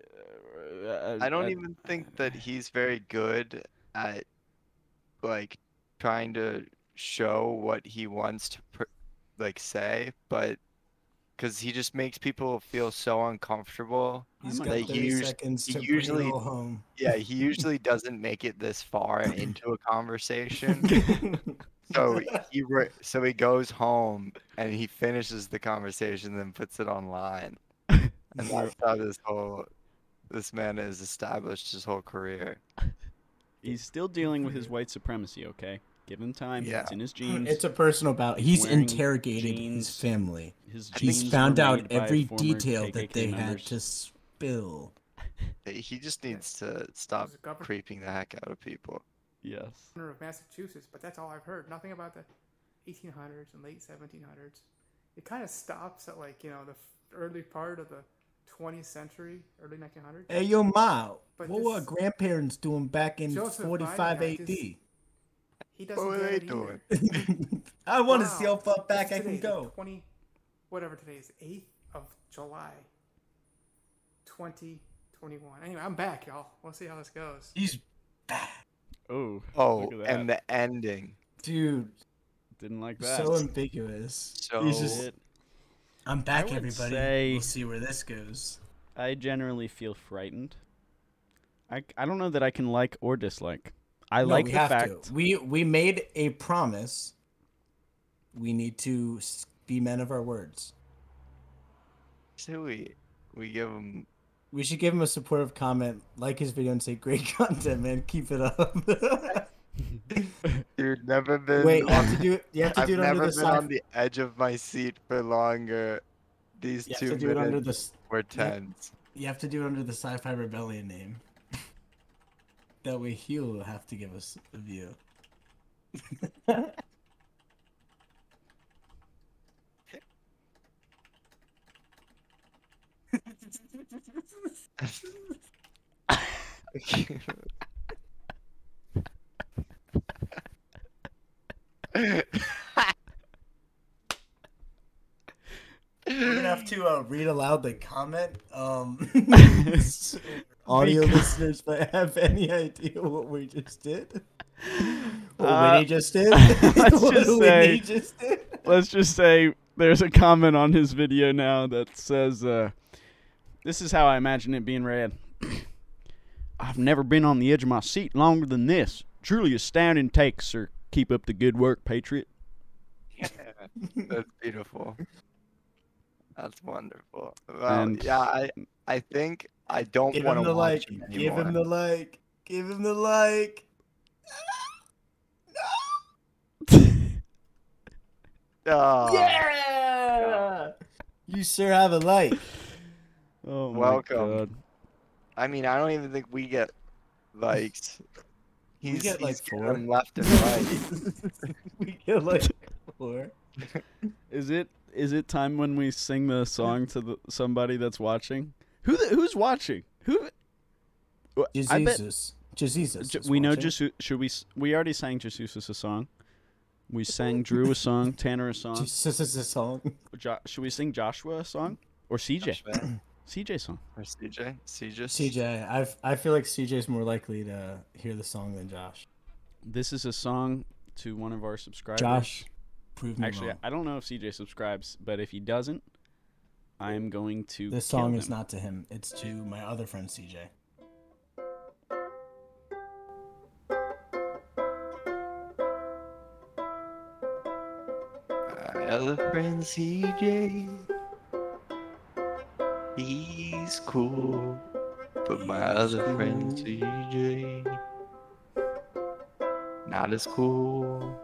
[SPEAKER 1] Uh,
[SPEAKER 3] I don't even think that he's very good at like trying to show what he wants to pr- like say, but because he just makes people feel so uncomfortable.
[SPEAKER 4] He's
[SPEAKER 1] I'm
[SPEAKER 4] got
[SPEAKER 1] a-
[SPEAKER 3] They
[SPEAKER 4] 30
[SPEAKER 3] use-
[SPEAKER 4] seconds
[SPEAKER 3] he
[SPEAKER 4] to
[SPEAKER 3] usually-
[SPEAKER 4] usually, bring it all home.
[SPEAKER 3] Yeah, he usually doesn't make it this far into a conversation. So he re- so he goes home and he finishes the conversation, then puts it online, and that's how this whole this man has established his whole career.
[SPEAKER 1] He's still dealing with his white supremacy. Okay, Give him time.
[SPEAKER 3] Yeah.
[SPEAKER 1] It's in his jeans.
[SPEAKER 4] Mm-hmm. It's a personal battle. He's
[SPEAKER 1] Wearing
[SPEAKER 4] interrogated
[SPEAKER 1] jeans.
[SPEAKER 4] his family.
[SPEAKER 1] his jeans
[SPEAKER 4] He's found
[SPEAKER 1] were
[SPEAKER 4] out
[SPEAKER 1] made by
[SPEAKER 4] every
[SPEAKER 1] former
[SPEAKER 4] detail that
[SPEAKER 1] KKK
[SPEAKER 4] they had
[SPEAKER 1] members.
[SPEAKER 4] to spill.
[SPEAKER 3] He just needs to stop
[SPEAKER 9] There's a government-
[SPEAKER 3] creeping the heck out of people.
[SPEAKER 1] Yes.
[SPEAKER 9] governor of Massachusetts, but that's all I've heard. Nothing about the 1800s and late 1700s. It kind of stops at like you know the f- early part of the 20th century, early 1900s.
[SPEAKER 4] Hey, yo, Ma,
[SPEAKER 9] But
[SPEAKER 4] what
[SPEAKER 9] this-
[SPEAKER 4] were our grandparents doing back in
[SPEAKER 9] Joseph Biden
[SPEAKER 4] 45
[SPEAKER 9] guy
[SPEAKER 4] AD?
[SPEAKER 9] He doesn't
[SPEAKER 3] What were
[SPEAKER 9] get
[SPEAKER 3] they
[SPEAKER 9] it either.
[SPEAKER 3] doing?
[SPEAKER 4] I want to
[SPEAKER 9] Wow.
[SPEAKER 4] see how far back
[SPEAKER 9] It's
[SPEAKER 4] I can
[SPEAKER 9] today, the
[SPEAKER 4] go.
[SPEAKER 9] 20, whatever today is, 8th of July, 2021. Anyway, I'm back, y'all. We'll see how this goes.
[SPEAKER 4] He's,
[SPEAKER 1] Oh.
[SPEAKER 3] Oh,
[SPEAKER 1] look at that.
[SPEAKER 3] and the ending.
[SPEAKER 4] dude,
[SPEAKER 1] didn't like that. Oh,
[SPEAKER 4] so ambiguous.
[SPEAKER 3] So
[SPEAKER 4] He's just,
[SPEAKER 1] It-
[SPEAKER 4] I'm back,
[SPEAKER 1] would
[SPEAKER 4] everybody.
[SPEAKER 1] say-
[SPEAKER 4] We'll see where this goes.
[SPEAKER 1] I generally feel frightened. I, c- I don't know that I can like or dislike. I
[SPEAKER 4] No,
[SPEAKER 1] like
[SPEAKER 4] we
[SPEAKER 1] the
[SPEAKER 4] have
[SPEAKER 1] fact.
[SPEAKER 4] to. We we made a promise. We need to s- be men of our words.
[SPEAKER 3] so we we give him
[SPEAKER 4] We should give him a supportive comment, like his video, and say, "Great content, man. Keep it up."
[SPEAKER 3] dude. Never been.
[SPEAKER 4] Wait, you
[SPEAKER 3] on-
[SPEAKER 4] have to do it. You have to
[SPEAKER 3] I've
[SPEAKER 4] do it
[SPEAKER 3] never
[SPEAKER 4] under the
[SPEAKER 3] been on
[SPEAKER 4] sock.
[SPEAKER 3] the edge of my seat for longer. These
[SPEAKER 4] You have
[SPEAKER 3] two
[SPEAKER 4] to do it under the.
[SPEAKER 3] minutes
[SPEAKER 4] s-
[SPEAKER 3] were tense.
[SPEAKER 4] You have to do it under the Sci-Fi Rebellion name. That way, Hugh will have to give us a view. We're gonna have to uh, read aloud the comment. Um, audio listeners might have any idea what we just did. What
[SPEAKER 1] Uh,
[SPEAKER 4] Winnie just did.
[SPEAKER 1] let's
[SPEAKER 4] what
[SPEAKER 1] just say-
[SPEAKER 4] Winnie just did.
[SPEAKER 1] Let's just say there's a comment on his video now that says, uh, "This is how I imagine it being read." I've never been on the edge of my seat longer than this. Truly astounding take, sir. Keep up the good work, patriot.
[SPEAKER 3] That's beautiful. That's wonderful. Well,
[SPEAKER 1] And-
[SPEAKER 3] yeah, I I think I don't
[SPEAKER 4] Give
[SPEAKER 3] want
[SPEAKER 4] him
[SPEAKER 3] to
[SPEAKER 4] the
[SPEAKER 3] watch
[SPEAKER 4] like.
[SPEAKER 3] him
[SPEAKER 4] Give
[SPEAKER 3] anymore.
[SPEAKER 4] him the like. Give him the like.
[SPEAKER 3] Oh,
[SPEAKER 4] Yeah. You sure have a like.
[SPEAKER 1] Oh my
[SPEAKER 3] Welcome.
[SPEAKER 1] God.
[SPEAKER 3] I mean, I don't even think we get likes. He's,
[SPEAKER 4] get, like,
[SPEAKER 3] he's getting
[SPEAKER 4] four.
[SPEAKER 3] them left and right.
[SPEAKER 4] we get like four.
[SPEAKER 1] Is it is it time when we sing the song to the, somebody that's watching? Who the, who's watching? Who? I bet-
[SPEAKER 4] Jesus. Jesus.
[SPEAKER 1] J- we know Jesus. Should we? s- We already sang Jesus a song. We sang Drew a song. Tanner a song.
[SPEAKER 4] Jesus is a song.
[SPEAKER 1] Jo- should we sing Joshua a song or CJ?
[SPEAKER 3] Joshua
[SPEAKER 1] CJ song.
[SPEAKER 3] Or CJ? CJ?
[SPEAKER 4] CJ, I I feel like CJ's more likely to hear the song than Josh.
[SPEAKER 1] This is a song to one of our subscribers.
[SPEAKER 4] Josh, prove me
[SPEAKER 1] Actually,
[SPEAKER 4] wrong.
[SPEAKER 1] I don't know if CJ subscribes, but if he doesn't, I am going to.
[SPEAKER 4] This
[SPEAKER 1] kill
[SPEAKER 4] song is
[SPEAKER 1] him.
[SPEAKER 4] not to him. It's to my other friend CJ.
[SPEAKER 3] My other friend CJ. He's cool. But my other friend CJ. Not as cool.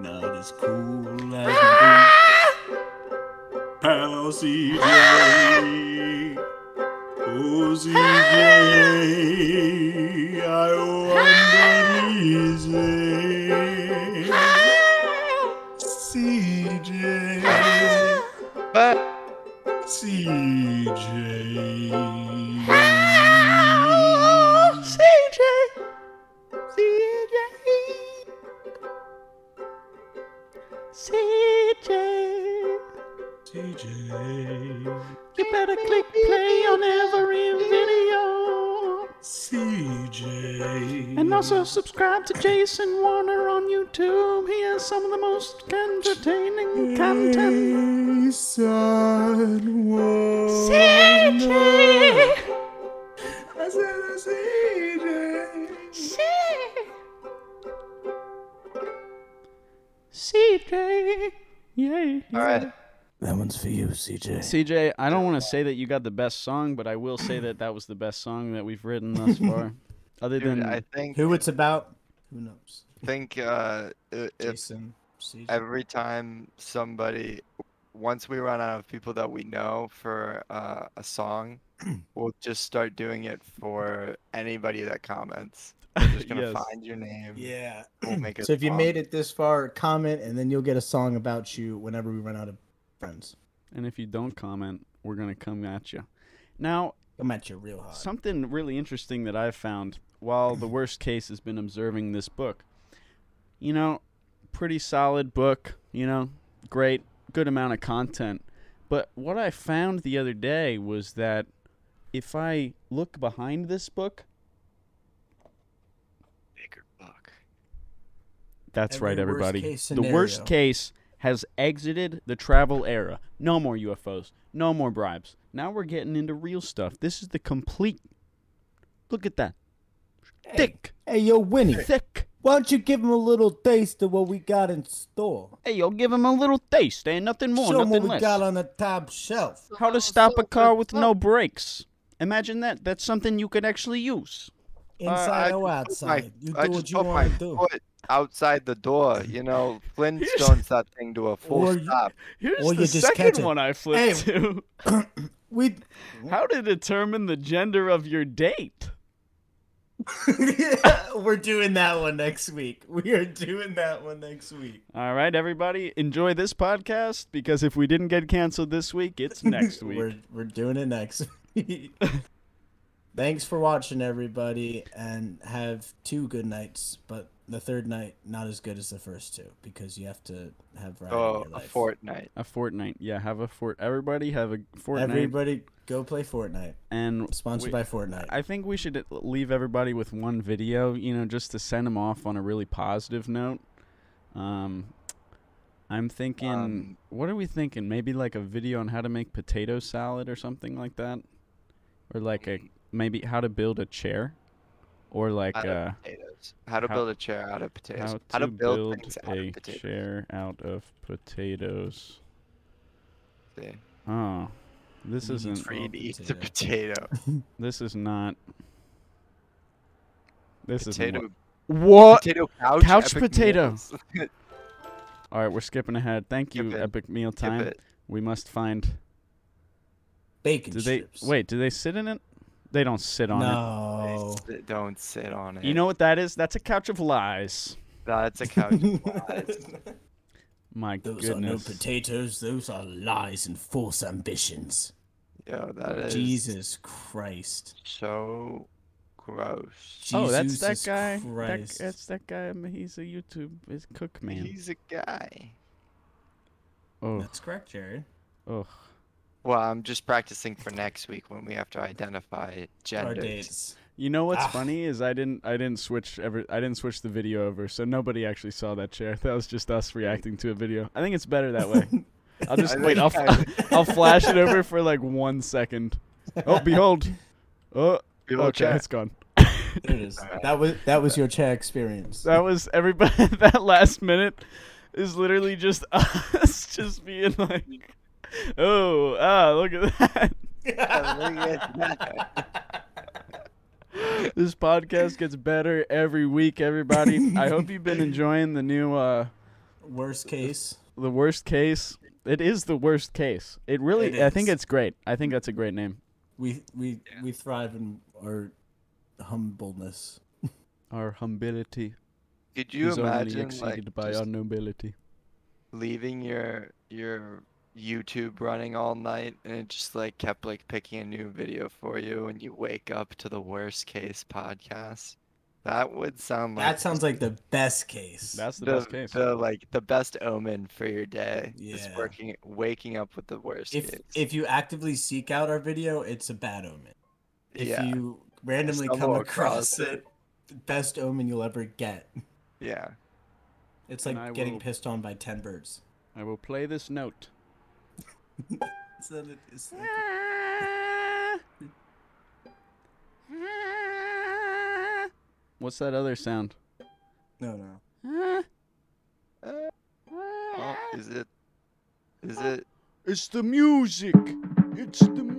[SPEAKER 4] Not as cool as you Hello, CJ. Oh, CJ. I want easy. CJ.
[SPEAKER 3] But
[SPEAKER 4] CJ.
[SPEAKER 1] CJ,
[SPEAKER 4] CJ.
[SPEAKER 1] you better click play on every video.
[SPEAKER 4] CJ.
[SPEAKER 1] And also subscribe to Jason Warner on YouTube. He has some of the most entertaining content.
[SPEAKER 4] Jason
[SPEAKER 1] CJ!
[SPEAKER 4] I said a CJ.
[SPEAKER 1] CJ! Yay!
[SPEAKER 3] Alright.
[SPEAKER 4] That one's for you, CJ.
[SPEAKER 1] CJ, I don't want to say that you got the best song, but I will say that that was the best song that we've written thus far. Other
[SPEAKER 3] Dude,
[SPEAKER 1] than
[SPEAKER 3] I think
[SPEAKER 4] Who it's about? Who knows?
[SPEAKER 3] think uh, i- if
[SPEAKER 4] Jason. CJ.
[SPEAKER 3] every time somebody, once we run out of people that we know for uh, a song, we'll just start doing it for anybody that comments. We're just gonna
[SPEAKER 1] Yes.
[SPEAKER 3] find your name.
[SPEAKER 4] yeah.
[SPEAKER 3] We'll make a
[SPEAKER 4] So if you
[SPEAKER 3] song.
[SPEAKER 4] made it this far, comment, and then you'll get a song about you whenever we run out of friends.
[SPEAKER 1] and if you don't comment, we're gonna come at you. Now,
[SPEAKER 4] I'm at you real hard.
[SPEAKER 1] something really interesting that I've found while the worst case has been observing this book. You know, pretty solid book, you know, great, good amount of content. But what I found the other day was that if I look behind this book,
[SPEAKER 3] bigger buck.
[SPEAKER 1] that's
[SPEAKER 4] Every
[SPEAKER 1] right,
[SPEAKER 4] worst
[SPEAKER 1] everybody.
[SPEAKER 4] case
[SPEAKER 1] the worst
[SPEAKER 4] scenario.
[SPEAKER 1] case has exited the travel era. No more UFOs, no more bribes. Now we're getting into real stuff. This is the complete. Look at that. Thick,
[SPEAKER 4] Hey, yo, Winnie,
[SPEAKER 1] thick.
[SPEAKER 4] why don't you give him a little taste of what we got in store?
[SPEAKER 1] Hey, yo, give him a little taste. Ain't nothing more,
[SPEAKER 4] Show 'em
[SPEAKER 1] nothing
[SPEAKER 4] what we
[SPEAKER 1] less.
[SPEAKER 4] got on the top shelf.
[SPEAKER 3] Uh,
[SPEAKER 1] How to stop a car with no brakes. Imagine that. That's something you could actually use.
[SPEAKER 4] Inside
[SPEAKER 3] I
[SPEAKER 4] or
[SPEAKER 3] just put my-
[SPEAKER 4] outside, you
[SPEAKER 3] I
[SPEAKER 4] do what
[SPEAKER 3] just
[SPEAKER 4] you
[SPEAKER 3] put my
[SPEAKER 4] want to do.
[SPEAKER 3] foot outside the door, you know, Flintstones that thing to a full
[SPEAKER 4] Or you-
[SPEAKER 3] stop.
[SPEAKER 1] Here's
[SPEAKER 4] Or
[SPEAKER 1] the
[SPEAKER 4] you just catch
[SPEAKER 1] second
[SPEAKER 4] it.
[SPEAKER 1] one I flipped to.
[SPEAKER 4] We
[SPEAKER 1] How to determine the gender of your date.
[SPEAKER 4] we're doing that one next week. We are doing that one next week.
[SPEAKER 1] All right, everybody, enjoy this podcast because if we didn't get canceled this week, it's next week.
[SPEAKER 4] We're we're doing it next week. Thanks for watching, everybody, and have two good nights. But the third night not as good as the first two because you have to have variety
[SPEAKER 3] Oh,
[SPEAKER 4] in your
[SPEAKER 3] a
[SPEAKER 4] life.
[SPEAKER 3] fortnight.
[SPEAKER 1] A fortnight. Yeah, have a fort. Everybody have a fortnight.
[SPEAKER 4] Everybody, go play Fortnite.
[SPEAKER 1] and
[SPEAKER 4] Sponsored
[SPEAKER 1] we-
[SPEAKER 4] by Fortnite.
[SPEAKER 1] I think we should leave everybody with one video, you know, just to send them off on a really positive note. Um, I'm thinking,
[SPEAKER 3] Um,
[SPEAKER 1] what are we thinking? Maybe like a video on how to make potato salad or something like that, or like a maybe how to build a chair, or like
[SPEAKER 3] Out
[SPEAKER 1] uh,
[SPEAKER 3] of potatoes. How to
[SPEAKER 1] how-
[SPEAKER 3] build a chair out of potatoes.
[SPEAKER 1] how to,
[SPEAKER 3] build,
[SPEAKER 1] build,
[SPEAKER 3] things out
[SPEAKER 1] a
[SPEAKER 3] of potatoes.
[SPEAKER 1] chair out of potatoes.
[SPEAKER 3] See?
[SPEAKER 1] Oh, this
[SPEAKER 4] We need
[SPEAKER 1] isn't.
[SPEAKER 4] Free
[SPEAKER 3] Reed
[SPEAKER 4] to
[SPEAKER 3] eats a
[SPEAKER 4] do.
[SPEAKER 3] potato.
[SPEAKER 1] This is not. This
[SPEAKER 3] potato.
[SPEAKER 1] is what.
[SPEAKER 3] Potato couch.
[SPEAKER 1] Oh, Couch
[SPEAKER 3] epic
[SPEAKER 1] potato.
[SPEAKER 3] meals. Skip
[SPEAKER 1] All right, we're skipping ahead. Thank you,
[SPEAKER 3] Skip it.
[SPEAKER 1] Epic Meal Time.
[SPEAKER 3] it.
[SPEAKER 1] We must find.
[SPEAKER 4] Bacon
[SPEAKER 1] Do they
[SPEAKER 4] strips.
[SPEAKER 1] wait? Do they sit in it? They don't sit on
[SPEAKER 4] No.
[SPEAKER 3] Sit- Don't sit on it.
[SPEAKER 1] it. You know what that is? That's a couch of lies.
[SPEAKER 3] that's a couch. Lies.
[SPEAKER 1] My
[SPEAKER 4] Those are no
[SPEAKER 1] goodness.
[SPEAKER 4] potatoes. Those are lies and false ambitions.
[SPEAKER 3] Yo, that is
[SPEAKER 4] Jesus Christ.
[SPEAKER 3] so gross.
[SPEAKER 1] oh, that's that
[SPEAKER 4] Jesus
[SPEAKER 1] guy. That,
[SPEAKER 4] Christ.
[SPEAKER 1] that's that guy. I mean, He's a YouTube he's cook man.
[SPEAKER 3] He's a guy.
[SPEAKER 1] Oh,
[SPEAKER 4] That's correct, Jared.
[SPEAKER 1] oh.
[SPEAKER 3] Well, I'm just practicing for next week when we have to identify
[SPEAKER 4] Our
[SPEAKER 3] genders.
[SPEAKER 4] dates.
[SPEAKER 1] You know what's
[SPEAKER 4] Ah.
[SPEAKER 1] funny is I didn't I didn't switch ever I didn't switch the video over, so nobody actually saw that chair. That was just us reacting to a video. I think it's better that way. I'll just
[SPEAKER 3] I
[SPEAKER 1] wait. I'll,
[SPEAKER 3] think
[SPEAKER 1] f- I'll flash it over for like one second. Oh, behold! Oh,
[SPEAKER 3] Behold
[SPEAKER 1] okay,
[SPEAKER 3] chair.
[SPEAKER 1] it's gone.
[SPEAKER 4] There it is. That was that was your chair experience.
[SPEAKER 1] That was everybody. that last minute is literally just us just being like, "Oh, ah, look at that." this podcast gets better every week, everybody. I hope you've been enjoying the new uh
[SPEAKER 4] Worst case.
[SPEAKER 1] the worst case. It is the worst case. It really
[SPEAKER 4] It
[SPEAKER 1] I think
[SPEAKER 4] is.
[SPEAKER 1] it's great. I think that's a great name.
[SPEAKER 4] We we we thrive in our humbleness.
[SPEAKER 1] Our humility
[SPEAKER 3] Could you
[SPEAKER 1] is only
[SPEAKER 3] imagine like
[SPEAKER 1] exceeded by
[SPEAKER 3] just
[SPEAKER 1] our nobility.
[SPEAKER 3] leaving your your YouTube running all night and it just like kept like picking a new video for you and you wake up to the worst case podcast? That would sound like
[SPEAKER 4] That sounds like the best case.
[SPEAKER 1] That's the,
[SPEAKER 3] the,
[SPEAKER 1] best case.
[SPEAKER 3] the, like the best omen for your day. Is
[SPEAKER 4] Yeah.
[SPEAKER 3] working waking up with the worst
[SPEAKER 4] if
[SPEAKER 3] case.
[SPEAKER 4] if you actively seek out our video, it's a bad omen. If
[SPEAKER 3] yeah,
[SPEAKER 4] you randomly
[SPEAKER 3] stumble
[SPEAKER 4] come
[SPEAKER 3] across
[SPEAKER 4] across it, the best omen you'll ever get.
[SPEAKER 3] yeah.
[SPEAKER 4] It's
[SPEAKER 1] And
[SPEAKER 4] like
[SPEAKER 1] I
[SPEAKER 4] getting
[SPEAKER 1] will-
[SPEAKER 4] pissed on by ten birds.
[SPEAKER 1] I will play this note.
[SPEAKER 4] It's not a- it's like-
[SPEAKER 1] What's that other sound?
[SPEAKER 4] no, no.
[SPEAKER 3] Uh, oh, is it is it
[SPEAKER 1] It's the music. It's the